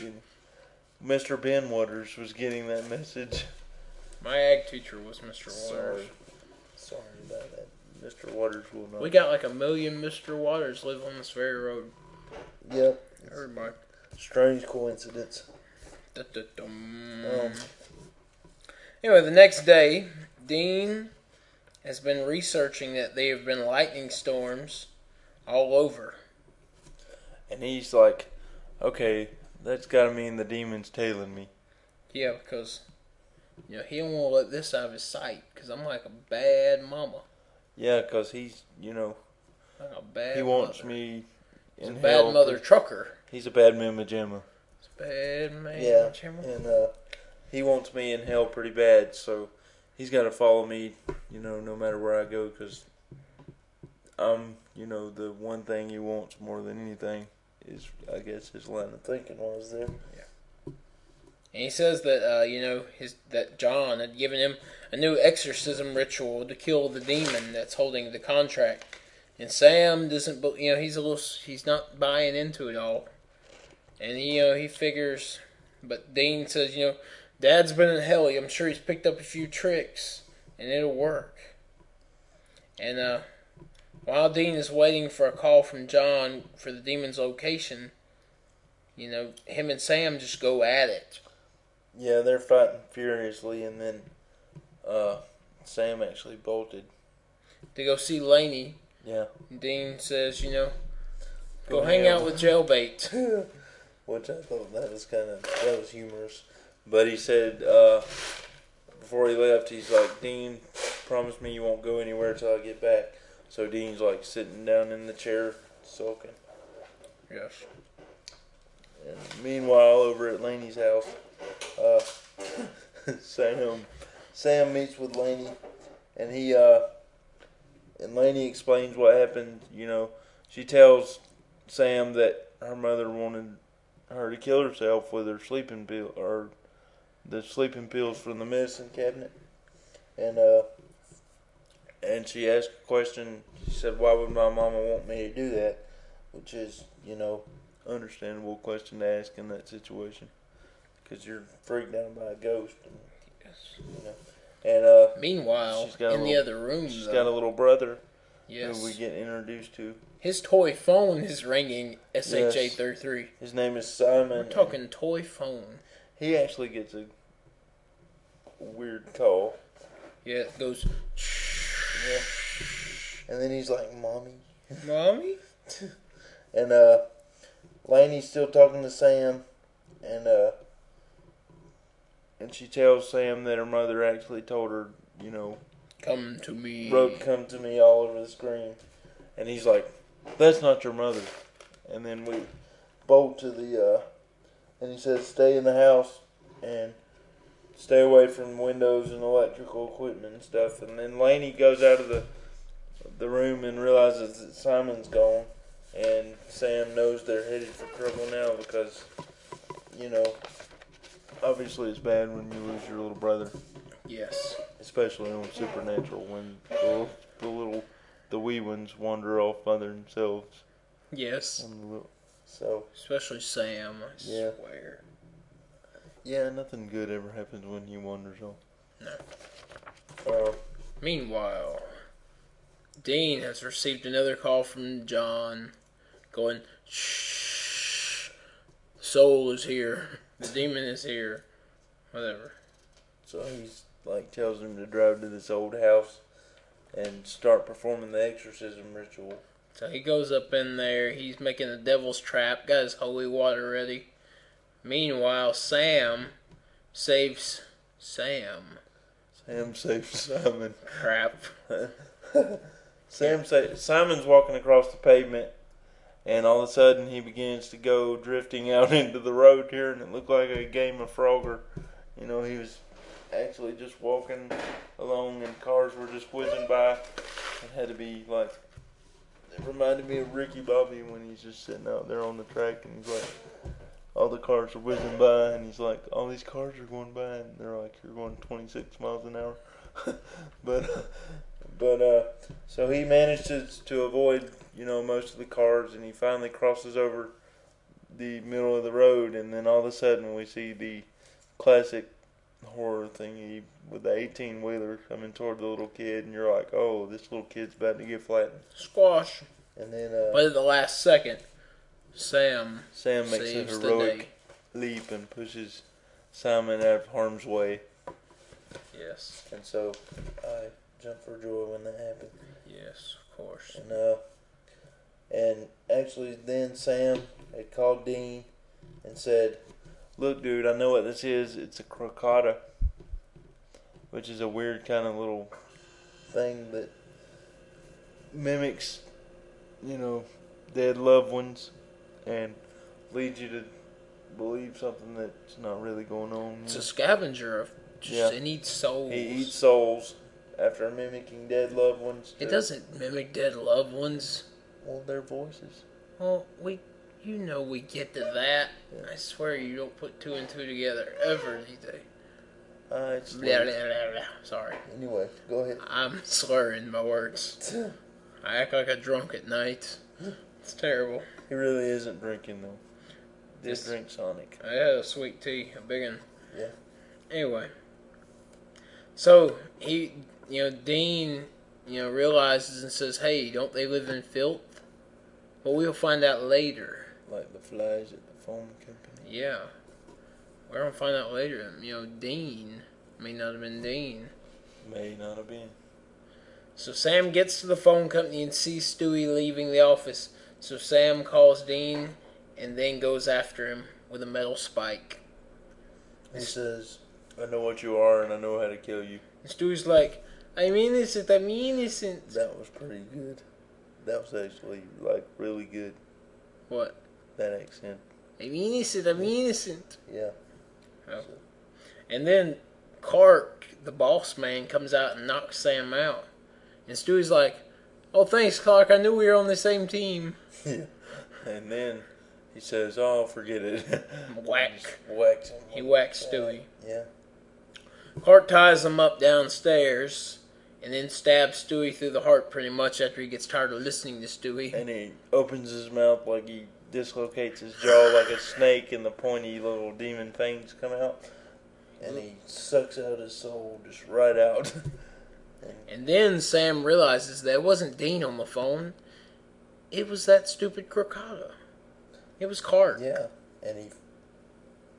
Speaker 2: Mr. Ben Waters was getting that message.
Speaker 1: My ag teacher was Mr. Waters.
Speaker 2: Sorry. Sorry about that. Mr. Waters will not.
Speaker 1: We got like a million Mr. Waters live on this very road.
Speaker 2: Yep.
Speaker 1: Everybody.
Speaker 2: Strange coincidence.
Speaker 1: Dun-dun-dun.
Speaker 2: Um,
Speaker 1: Anyway, the next day, Dean has been researching that there have been lightning storms all over.
Speaker 2: and he's like, okay, that's gotta mean the demon's tailing me.
Speaker 1: Yeah, because you know he don't want to let this out of his sight. Because I'm like a bad mama,
Speaker 2: Yeah, 'cause he's, you know,
Speaker 1: like a bad.
Speaker 2: he wants
Speaker 1: mother.
Speaker 2: me
Speaker 1: He's a
Speaker 2: in
Speaker 1: bad
Speaker 2: hell.
Speaker 1: mother trucker.
Speaker 2: He's a bad mamma jamma.
Speaker 1: He's a bad man.
Speaker 2: Yeah,
Speaker 1: Jimmy.
Speaker 2: and uh, he wants me in hell pretty bad, so he's got to follow me, you know, no matter where I go, because I'm, you know, the one thing he wants more than anything is, I guess, his line of thinking was there.
Speaker 1: And he says that uh, you know his that John had given him a new exorcism ritual to kill the demon that's holding the contract. And Sam doesn't, bel- you know, he's a little, he's not buying into it all. And you know he figures, but Dean says, you know, Dad's been in hell. I'm sure he's picked up a few tricks, and it'll work. And uh, while Dean is waiting for a call from John for the demon's location, you know, him and Sam just go at it.
Speaker 2: Yeah, they're fighting furiously, and then uh, Sam actually bolted.
Speaker 1: to go see Laney.
Speaker 2: Yeah,
Speaker 1: Dean says, you know, go hang out with Jailbait.
Speaker 2: Which I thought that was kind of that was humorous. But he said uh, before he left, he's like, "Dean, promise me you won't go anywhere till I get back." So Dean's like sitting down in the chair sulking.
Speaker 1: Yes.
Speaker 2: And meanwhile, over at Laney's house, uh, Sam Sam meets with Laney, and he uh, and Laney explains what happened. You know, she tells Sam that her mother wanted her to kill herself with her sleeping pill or the sleeping pills from the medicine cabinet, and uh, and she asked a question. She said, "Why would my mama want me to do that?" Which is, you know, understandable question to ask in that situation because you're freaked out by a ghost. And,
Speaker 1: yes.
Speaker 2: and uh,
Speaker 1: Meanwhile,
Speaker 2: She's got a
Speaker 1: in the
Speaker 2: little-
Speaker 1: other room,
Speaker 2: she's
Speaker 1: though,
Speaker 2: got a little brother
Speaker 1: yes,
Speaker 2: who we get introduced to.
Speaker 1: his toy phone is ringing. SHA thirty three.
Speaker 2: His name is
Speaker 1: We're
Speaker 2: Simon.
Speaker 1: talking toy phone.
Speaker 2: He actually gets a weird call.
Speaker 1: Yeah, it goes,
Speaker 2: Yeah. And then he's like, Mommy.
Speaker 1: mommy.
Speaker 2: And uh, Laney's still talking to Sam. And uh, and she tells Sam that her mother actually told her, you know,
Speaker 1: Come to me.
Speaker 2: wrote come to me all over the screen and he's like that's not your mother and then we bolt to the uh and he says stay in the house and stay away from windows and electrical equipment and stuff and then laney goes out of the the room and realizes that simon's gone and sam knows they're headed for trouble now because you know obviously it's bad when you lose your little brother
Speaker 1: Yes.
Speaker 2: especially on Supernatural when the, the little the wee ones wander off by themselves.
Speaker 1: Yes.
Speaker 2: On the little, so
Speaker 1: Especially Sam. I
Speaker 2: Yeah.
Speaker 1: swear.
Speaker 2: yeah, nothing good ever happens when he wanders off.
Speaker 1: No.
Speaker 2: Um,
Speaker 1: Meanwhile, Dean has received another call from John going, Shh, the soul is here. The demon is here. Whatever.
Speaker 2: so he's like tells him to drive to this old house and start performing the exorcism ritual.
Speaker 1: So he goes up in there. He's making the devil's trap, got his holy water ready. Meanwhile, Sam saves Sam.
Speaker 2: Sam saves Simon.
Speaker 1: Crap.
Speaker 2: Sam say, Simon's walking across the pavement, and all of a sudden he begins to go drifting out into the road here, and it looked like a game of Frogger. You know, he was actually just walking along, and cars were just whizzing by. It had to be like it reminded me of Ricky Bobby when he's just sitting out there on the track, and he's like, all the cars are whizzing by, and he's like, all these cars are going by, and they're like, you're going 26 miles an hour. but, but uh, so he manages to avoid, you know, most of the cars, and he finally crosses over the middle of the road, and then all of a sudden we see the classic horror thingy with the 18 wheeler coming toward the little kid, and you're like, oh, this little kid's about to get flattened.
Speaker 1: Squash.
Speaker 2: And then uh,
Speaker 1: But at the last second, Sam
Speaker 2: Sam makes a
Speaker 1: saves the day.
Speaker 2: heroic leap and pushes Simon out of harm's way,
Speaker 1: Yes.
Speaker 2: and so I jump for joy when that happened.
Speaker 1: Yes, of course.
Speaker 2: And uh, and actually, then Sam had called Dean and said, "Look, dude, I know what this is. It's a crocata, which is a weird kind of little thing that mimics, you know, dead loved ones, and leads you to believe something that's not really going on."
Speaker 1: It's a
Speaker 2: you know?
Speaker 1: scavenger of just
Speaker 2: Yeah.
Speaker 1: it needs souls.
Speaker 2: He eats souls after mimicking dead loved ones.
Speaker 1: It
Speaker 2: to-
Speaker 1: doesn't mimic dead loved ones.
Speaker 2: Well, their voices.
Speaker 1: Well, we, you know, we get to that.
Speaker 2: Yeah.
Speaker 1: I swear you don't put two and two together ever these days.
Speaker 2: Uh, it's
Speaker 1: Blah, blah, blah, blah. Sorry,
Speaker 2: Anyway, go ahead.
Speaker 1: I'm slurring my words. I act like a drunk at night. It's terrible.
Speaker 2: He really isn't drinking though. Just
Speaker 1: This-
Speaker 2: drink Sonic.
Speaker 1: I had a sweet tea, a big one.
Speaker 2: Yeah.
Speaker 1: Anyway, so he, you know, Dean, you know, realizes and says, "Hey, don't they live in filth?" But we'll find out later.
Speaker 2: Like the flies at the foam company.
Speaker 1: Yeah, we're gonna find out later. You know, Dean may not have been Dean.
Speaker 2: May not have been.
Speaker 1: So Sam gets to the phone company and sees Stewie leaving the office. So Sam calls Dean and then goes after him with a metal spike.
Speaker 2: He says, I know what you are and I know how to kill you.
Speaker 1: And Stewie's like, "I'm innocent. I'm innocent."
Speaker 2: That was pretty good. That was actually like really good.
Speaker 1: What?
Speaker 2: That accent.
Speaker 1: I'm innocent. I'm innocent.
Speaker 2: Yeah.
Speaker 1: Oh. And then Clark, the boss man, comes out and knocks Sam out. And Stewie's like, "Oh, thanks, Clark. I knew we were on the same team."
Speaker 2: yeah. And then he says, Oh, forget it.
Speaker 1: Whack.
Speaker 2: Whacks him.
Speaker 1: He whacks Stewie.
Speaker 2: Yeah.
Speaker 1: Clark ties him up downstairs, and then stabs Stewie through the heart pretty much after he gets tired of listening to Stewie.
Speaker 2: And he opens his mouth like he dislocates his jaw like a snake, and the pointy little demon fangs come out. And he sucks out his soul just right out.
Speaker 1: And then Sam realizes that it wasn't Dean on the phone; it was that stupid Crocata. It was Clark.
Speaker 2: yeah. And he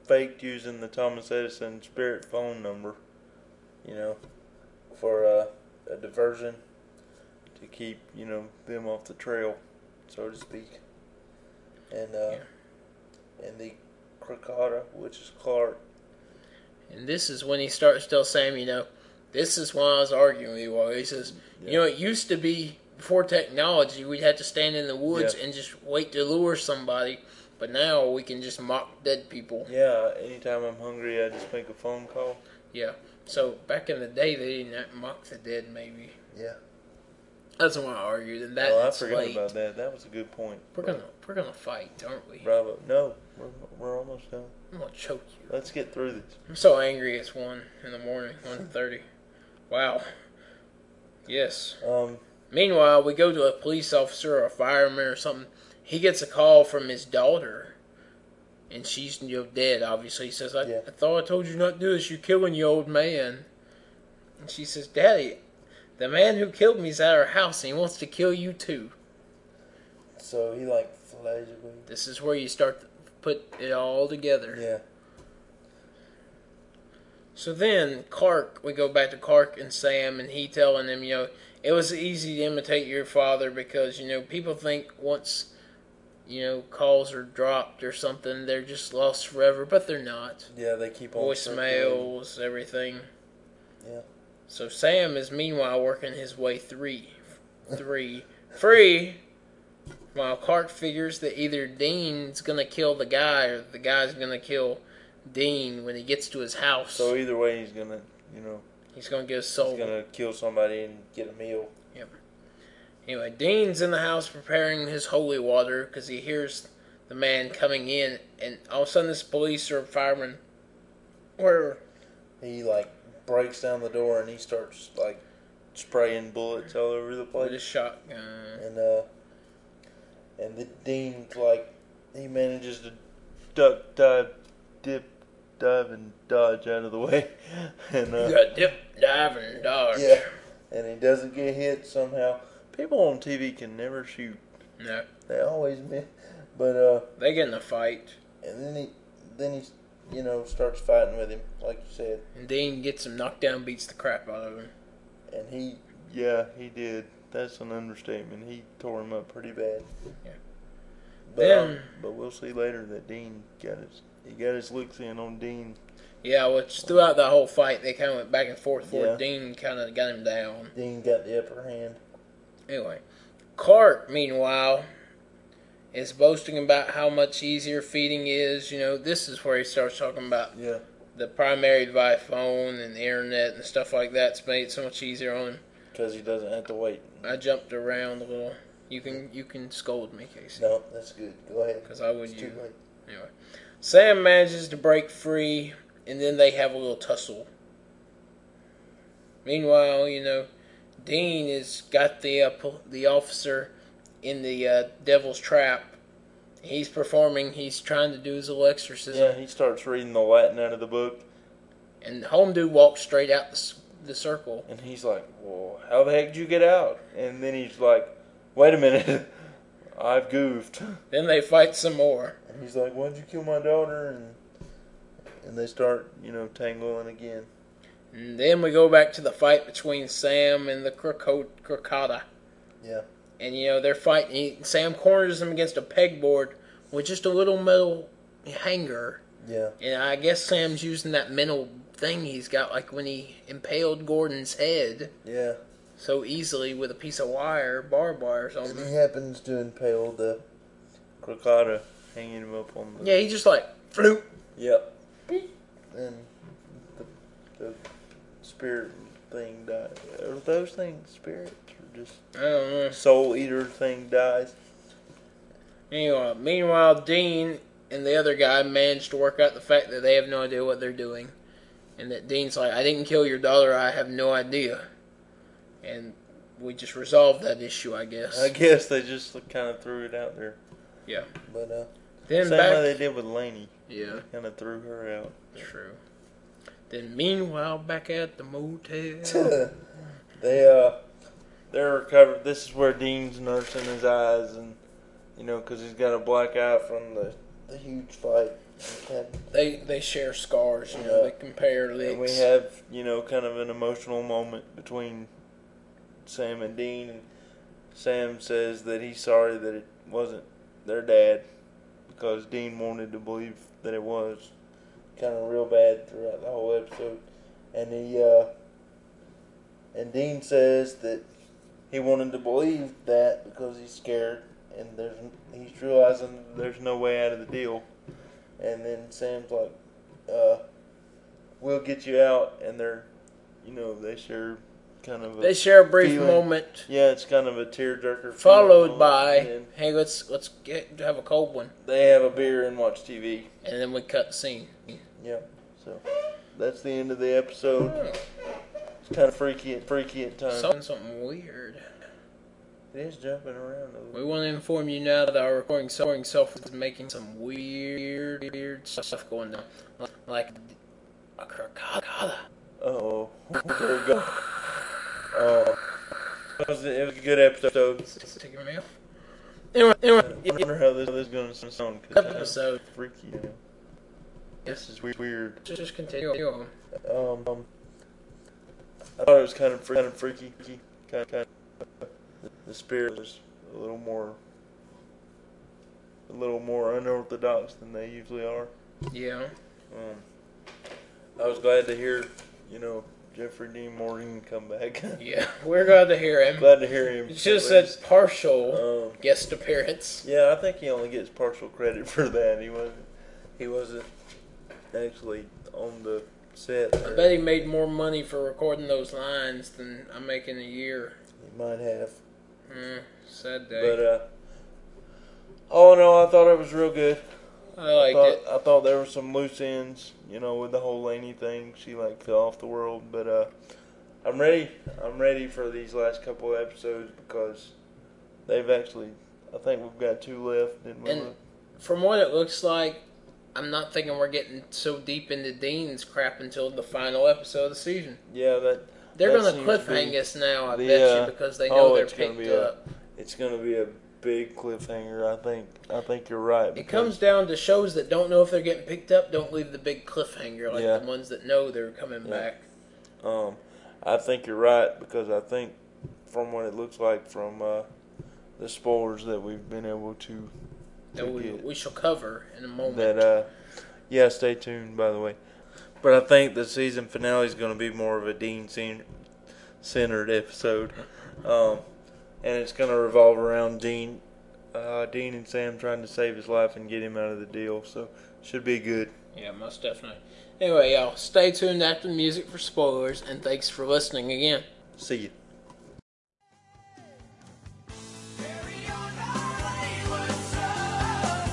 Speaker 2: faked using the Thomas Edison spirit phone number, you know, for uh, a diversion to keep, you know, them off the trail, so to speak. And, uh, and the Krakata, which is Clark,
Speaker 1: And this is when he starts to tell Sam, you know, this is why I was arguing with you all. He says, you know, it used to be before technology, we'd have to stand in the woods
Speaker 2: Yeah.
Speaker 1: and just wait to lure somebody, but now we can just mock dead people.
Speaker 2: Yeah, anytime I'm hungry, I just make a phone call.
Speaker 1: Yeah. So back in the day, they didn't have- mock the dead, maybe.
Speaker 2: Yeah.
Speaker 1: That's why I argued, and that
Speaker 2: oh, I
Speaker 1: it's
Speaker 2: forgot
Speaker 1: late.
Speaker 2: about that. That was a good point.
Speaker 1: We're gonna we're gonna fight, aren't we?
Speaker 2: Bravo. No, we're, we're almost done.
Speaker 1: I'm gonna choke you.
Speaker 2: Let's get through this.
Speaker 1: I'm so angry. It's one in the morning, one thirty. Wow. Yes.
Speaker 2: Um,
Speaker 1: Meanwhile, we go to a police officer or a fireman or something. He gets a call from his daughter, and she's you know, dead, obviously. He says, I,
Speaker 2: Yeah.
Speaker 1: I thought I told you not to do this. You're killing your old man. And she says, Daddy, the man who killed me is at our house, and he wants to kill you too.
Speaker 2: so he like flies away.
Speaker 1: This is where you start to put it all together.
Speaker 2: Yeah.
Speaker 1: So then Clark, we go back to Clark and Sam, and he telling them, you know, it was easy to imitate your father because you know people think once, you know, calls are dropped or something, they're just lost forever, but they're not.
Speaker 2: Yeah, they keep on. circulating.
Speaker 1: Voicemails, everything.
Speaker 2: Yeah.
Speaker 1: So Sam is meanwhile working his way three, three, free. While Clark figures that either Dean's gonna kill the guy or the guy's gonna kill Dean when he gets to his house.
Speaker 2: So either way, he's gonna, you know,
Speaker 1: he's gonna get his soul.
Speaker 2: he's gonna kill somebody and get a meal.
Speaker 1: Yep. Anyway, Dean's in the house preparing his holy water because he hears the man coming in, and all of a sudden this police or fireman, whatever,
Speaker 2: He like breaks down the door and he starts like spraying bullets all over the
Speaker 1: with
Speaker 2: place.
Speaker 1: a shotgun.
Speaker 2: and uh, and the dean's like he manages to duck, dive, dip, dive, and dodge out of the way, and
Speaker 1: You
Speaker 2: uh,
Speaker 1: got dip, dive, and dodge.
Speaker 2: yeah, and he doesn't get hit somehow. People on TV can never shoot;
Speaker 1: No,
Speaker 2: they always miss. But uh,
Speaker 1: they get in a fight.
Speaker 2: and then he then he you know starts fighting with him, like you said,
Speaker 1: And Dean gets him knocked down, beats the crap out of him.
Speaker 2: and he yeah he did. That's an understatement. He tore him up pretty bad.
Speaker 1: Yeah.
Speaker 2: But,
Speaker 1: Then-
Speaker 2: um, but we'll see later that Dean got his he got his looks in on Dean.
Speaker 1: Yeah, which throughout the whole fight, they kind of went back and forth. Where
Speaker 2: Yeah.
Speaker 1: Dean kind of got him down.
Speaker 2: Dean got the upper hand.
Speaker 1: Anyway, Clark, meanwhile, is boasting about how much easier feeding is. You know, this is where he starts talking about
Speaker 2: Yeah.
Speaker 1: the primary by phone and the internet and stuff like that's made it so much easier on him.
Speaker 2: Because he doesn't have to wait.
Speaker 1: I jumped around a little. You can you can scold me, Casey.
Speaker 2: No, that's good. Go ahead.
Speaker 1: Because I would
Speaker 2: It's too
Speaker 1: you.
Speaker 2: late.
Speaker 1: Anyway, Sam manages to break free, and then they have a little tussle. Meanwhile, you know, Dean has got the uh, pol- the officer in the uh, devil's trap. He's performing. He's trying to do his little
Speaker 2: Yeah,
Speaker 1: exorcism,
Speaker 2: he starts reading the Latin out of the book,
Speaker 1: and the home dude walks straight out the, s- the circle.
Speaker 2: and he's like, "Well, how the heck did you get out?" And then he's like, "Wait a minute, I've goofed." And
Speaker 1: Then they fight some more.
Speaker 2: he's like, "Why'd you kill my daughter?" And and they start, you know, tangling again.
Speaker 1: And then we go back to the fight between Sam and the croco- crocodile.
Speaker 2: Yeah.
Speaker 1: and you know they're fighting. He, Sam corners him against a pegboard with just a little metal hanger,
Speaker 2: Yeah.
Speaker 1: and I guess Sam's using that mental thing he's got, like when he impaled Gordon's head
Speaker 2: Yeah.
Speaker 1: so easily with a piece of wire, barbed wire or
Speaker 2: And
Speaker 1: something.
Speaker 2: he happens to impale the crocodile, hanging him up on the.
Speaker 1: Yeah, he just like floop.
Speaker 2: Yep. And the, the spirit thing dies. Are those things spirits or just
Speaker 1: I don't know.
Speaker 2: soul eater thing dies?
Speaker 1: Anyway, meanwhile, Dean and the other guy managed to work out the fact that they have no idea what they're doing. And that Dean's like, I didn't kill your daughter, I have no idea. And we just resolved that issue, I guess.
Speaker 2: I guess they just kind of threw it out there.
Speaker 1: Yeah.
Speaker 2: But uh,
Speaker 1: Then
Speaker 2: same
Speaker 1: back.
Speaker 2: way they did with Laney,
Speaker 1: yeah,
Speaker 2: kind of threw her out.
Speaker 1: true. Then meanwhile, back at the motel.
Speaker 2: they uh, they're recovered. This is where Dean's nursing his eyes, and you know, cause he's got a black eye from the the huge fight.
Speaker 1: they they share scars, you know.
Speaker 2: Yeah.
Speaker 1: They compare licks.
Speaker 2: And we have, you know, kind of an emotional moment between Sam and Dean. And Sam says that he's sorry that it wasn't their dad because Dean wanted to believe that it was. Kind of real bad throughout the whole episode. And he, uh, and Dean says that he wanted to believe that because he's scared and there's he's realizing there's no way out of the deal. And then Sam's like, uh, "We'll get you out," and they're, you know, they share kind of a
Speaker 1: they share a brief
Speaker 2: feeling-
Speaker 1: moment,
Speaker 2: Yeah, it's kind of a tearjerker.
Speaker 1: followed
Speaker 2: feeling.
Speaker 1: by,
Speaker 2: And
Speaker 1: "Hey, let's let's get have a cold one,"
Speaker 2: they have a beer and watch TV.
Speaker 1: and then we cut the scene.
Speaker 2: Yeah, so that's the end of the episode.
Speaker 1: Oh,
Speaker 2: It's kind of freaky, at freaky at times.
Speaker 1: something something weird.
Speaker 2: it is jumping around a little.
Speaker 1: We want to inform you now that our recording so- recording software is making some weird weird stuff going down, like a crocodile.
Speaker 2: Oh, there we go. Oh, it was, it was a good episode.
Speaker 1: Take your mail. Anyway, anyway,
Speaker 2: I wonder how this, this is gonna sound. 'cause it's
Speaker 1: episode.
Speaker 2: freaky. Now. This
Speaker 1: Yes,
Speaker 2: is weird. weird.
Speaker 1: just, just continue on.
Speaker 2: Um, um, I thought it was kind of fre- kind of freaky. Kind of, kind of, the spirit was a little more, a little more unorthodox than they usually are.
Speaker 1: Yeah.
Speaker 2: Um, I was glad to hear, you know, Jeffrey Dean Morgan come back.
Speaker 1: Yeah, we're glad to hear him.
Speaker 2: glad to hear him.
Speaker 1: You should have
Speaker 2: at
Speaker 1: said
Speaker 2: least.
Speaker 1: partial
Speaker 2: Um,
Speaker 1: guest appearance.
Speaker 2: yeah, I think he only gets partial credit for that. He wasn't. He wasn't actually on the set.
Speaker 1: I
Speaker 2: there.
Speaker 1: bet he made more money for recording those lines than I'm making a year.
Speaker 2: He might have.
Speaker 1: Mm, sad day.
Speaker 2: But uh, All in all, I thought it was real good. uh,
Speaker 1: I liked
Speaker 2: thought,
Speaker 1: it.
Speaker 2: I thought there were some loose ends, you know, with the whole Laney thing. She like fell off the world, but uh, I'm ready. I'm ready for these last couple of episodes because they've actually. I think we've got two left, didn't we?
Speaker 1: And- From what it looks like, I'm not thinking we're getting so deep into Dean's crap until the final episode of the season.
Speaker 2: yeah, that
Speaker 1: They're
Speaker 2: That
Speaker 1: going to
Speaker 2: seems to be
Speaker 1: cliffhang us now, I
Speaker 2: the,
Speaker 1: bet
Speaker 2: uh,
Speaker 1: you, because they know
Speaker 2: oh,
Speaker 1: they're
Speaker 2: it's gonna
Speaker 1: picked
Speaker 2: be a-
Speaker 1: up.
Speaker 2: it's gonna be a big cliffhanger. I think. I think you're right.
Speaker 1: It
Speaker 2: because-
Speaker 1: comes down to shows that don't know if they're getting picked up, don't leave the big cliffhanger like
Speaker 2: Yeah.
Speaker 1: the ones that know they're coming
Speaker 2: Yeah.
Speaker 1: back.
Speaker 2: Um, I think you're right because I think from what it looks like from uh, the spoilers that we've been able to, to
Speaker 1: That we,
Speaker 2: get,
Speaker 1: we shall cover in a moment.
Speaker 2: that uh, yeah, stay tuned by the way. But I think the season finale is going to be more of a Dean cen- centered episode, um, and it's going to revolve around Dean, uh, Dean and Sam trying to save his life and get him out of the deal. So should be good.
Speaker 1: Yeah, most definitely. Anyway, y'all, stay tuned after the music for spoilers, and thanks for listening again.
Speaker 2: See you.
Speaker 3: Carry on Hollywood sun.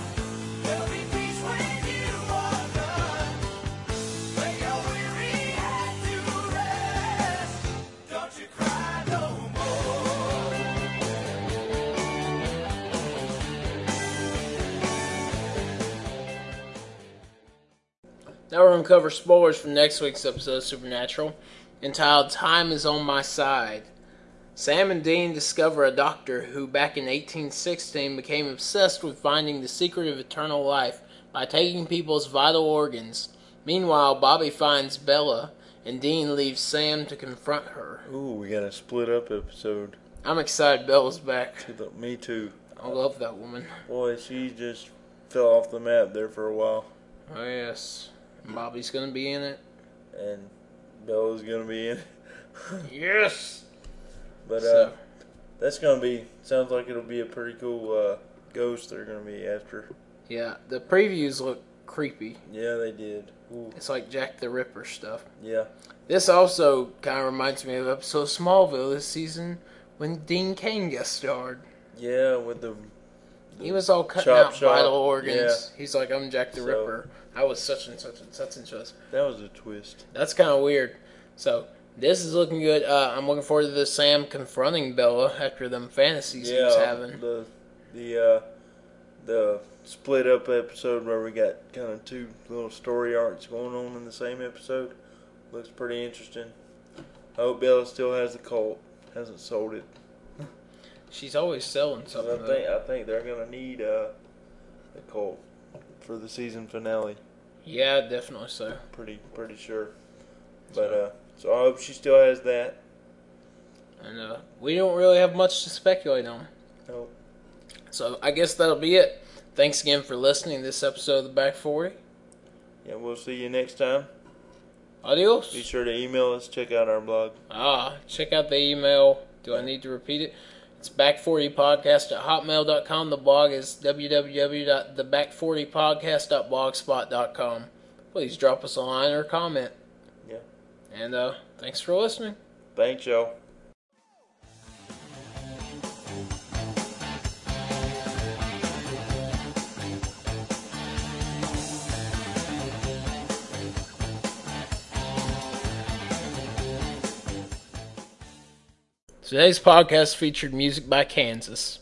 Speaker 3: There'll be peace when you are done. Lay your weary head to rest. Don't you cry no more.
Speaker 1: Now we're going to cover spoilers from next week's episode of Supernatural, entitled Time is on My Side. Sam and Dean discover a doctor who, back in 1816, became obsessed with finding the secret of eternal life by taking people's vital organs. Meanwhile, Bobby finds Bella, and Dean leaves Sam to confront her.
Speaker 2: Ooh, we got a split up episode.
Speaker 1: I'm excited Bella's back.
Speaker 2: To the, me too.
Speaker 1: I love that woman.
Speaker 2: Boy, she just fell off the map there for a while,
Speaker 1: Oh, yes. Bobby's going to be in it.
Speaker 2: and Bella's gonna be in. it.
Speaker 1: Yes!
Speaker 2: But uh,
Speaker 1: So,
Speaker 2: that's gonna be sounds like it'll be a pretty cool uh, ghost they're gonna be after.
Speaker 1: yeah, the previews look creepy.
Speaker 2: Yeah, they did. Ooh,
Speaker 1: It's like Jack the Ripper stuff.
Speaker 2: yeah,
Speaker 1: This also kind of reminds me of episode of Smallville this season when Dean Kane guest starred.
Speaker 2: yeah, with the
Speaker 1: He was all cutting
Speaker 2: Chop
Speaker 1: out
Speaker 2: shop,
Speaker 1: vital organs. He's like, I'm Jack the
Speaker 2: So-
Speaker 1: Ripper. I was such and such and such and such.
Speaker 2: that was a twist.
Speaker 1: That's kind of weird. So this is looking good. Uh, I'm looking forward to the Sam confronting Bella after them fantasies he was
Speaker 2: Yeah, um,
Speaker 1: having.
Speaker 2: the the uh, the split up episode where we got kind of two little story arcs going on in the same episode looks pretty interesting. I hope Bella still has the cult. Hasn't sold it.
Speaker 1: She's always selling
Speaker 2: So
Speaker 1: something. though.
Speaker 2: I think I think they're gonna need uh, the Colt for the season finale.
Speaker 1: Yeah, definitely so.
Speaker 2: Pretty pretty sure. But uh, so I hope she still has that.
Speaker 1: And uh, we don't really have much to speculate on.
Speaker 2: No,
Speaker 1: So I guess that'll be it. Thanks again for listening to this episode of the Back 40.
Speaker 2: yeah, we'll see you next time.
Speaker 1: Adios.
Speaker 2: Be sure to email us. Check out our blog.
Speaker 1: Ah, check out the email. Do I need to repeat it? It's back40podcast at hotmail.com. The blog is www.theback40podcast.blogspot.com. Please drop us a line or comment.
Speaker 2: Yeah.
Speaker 1: And uh, thanks for listening.
Speaker 2: Thanks, y'all.
Speaker 1: Today's podcast featured music by Kansas.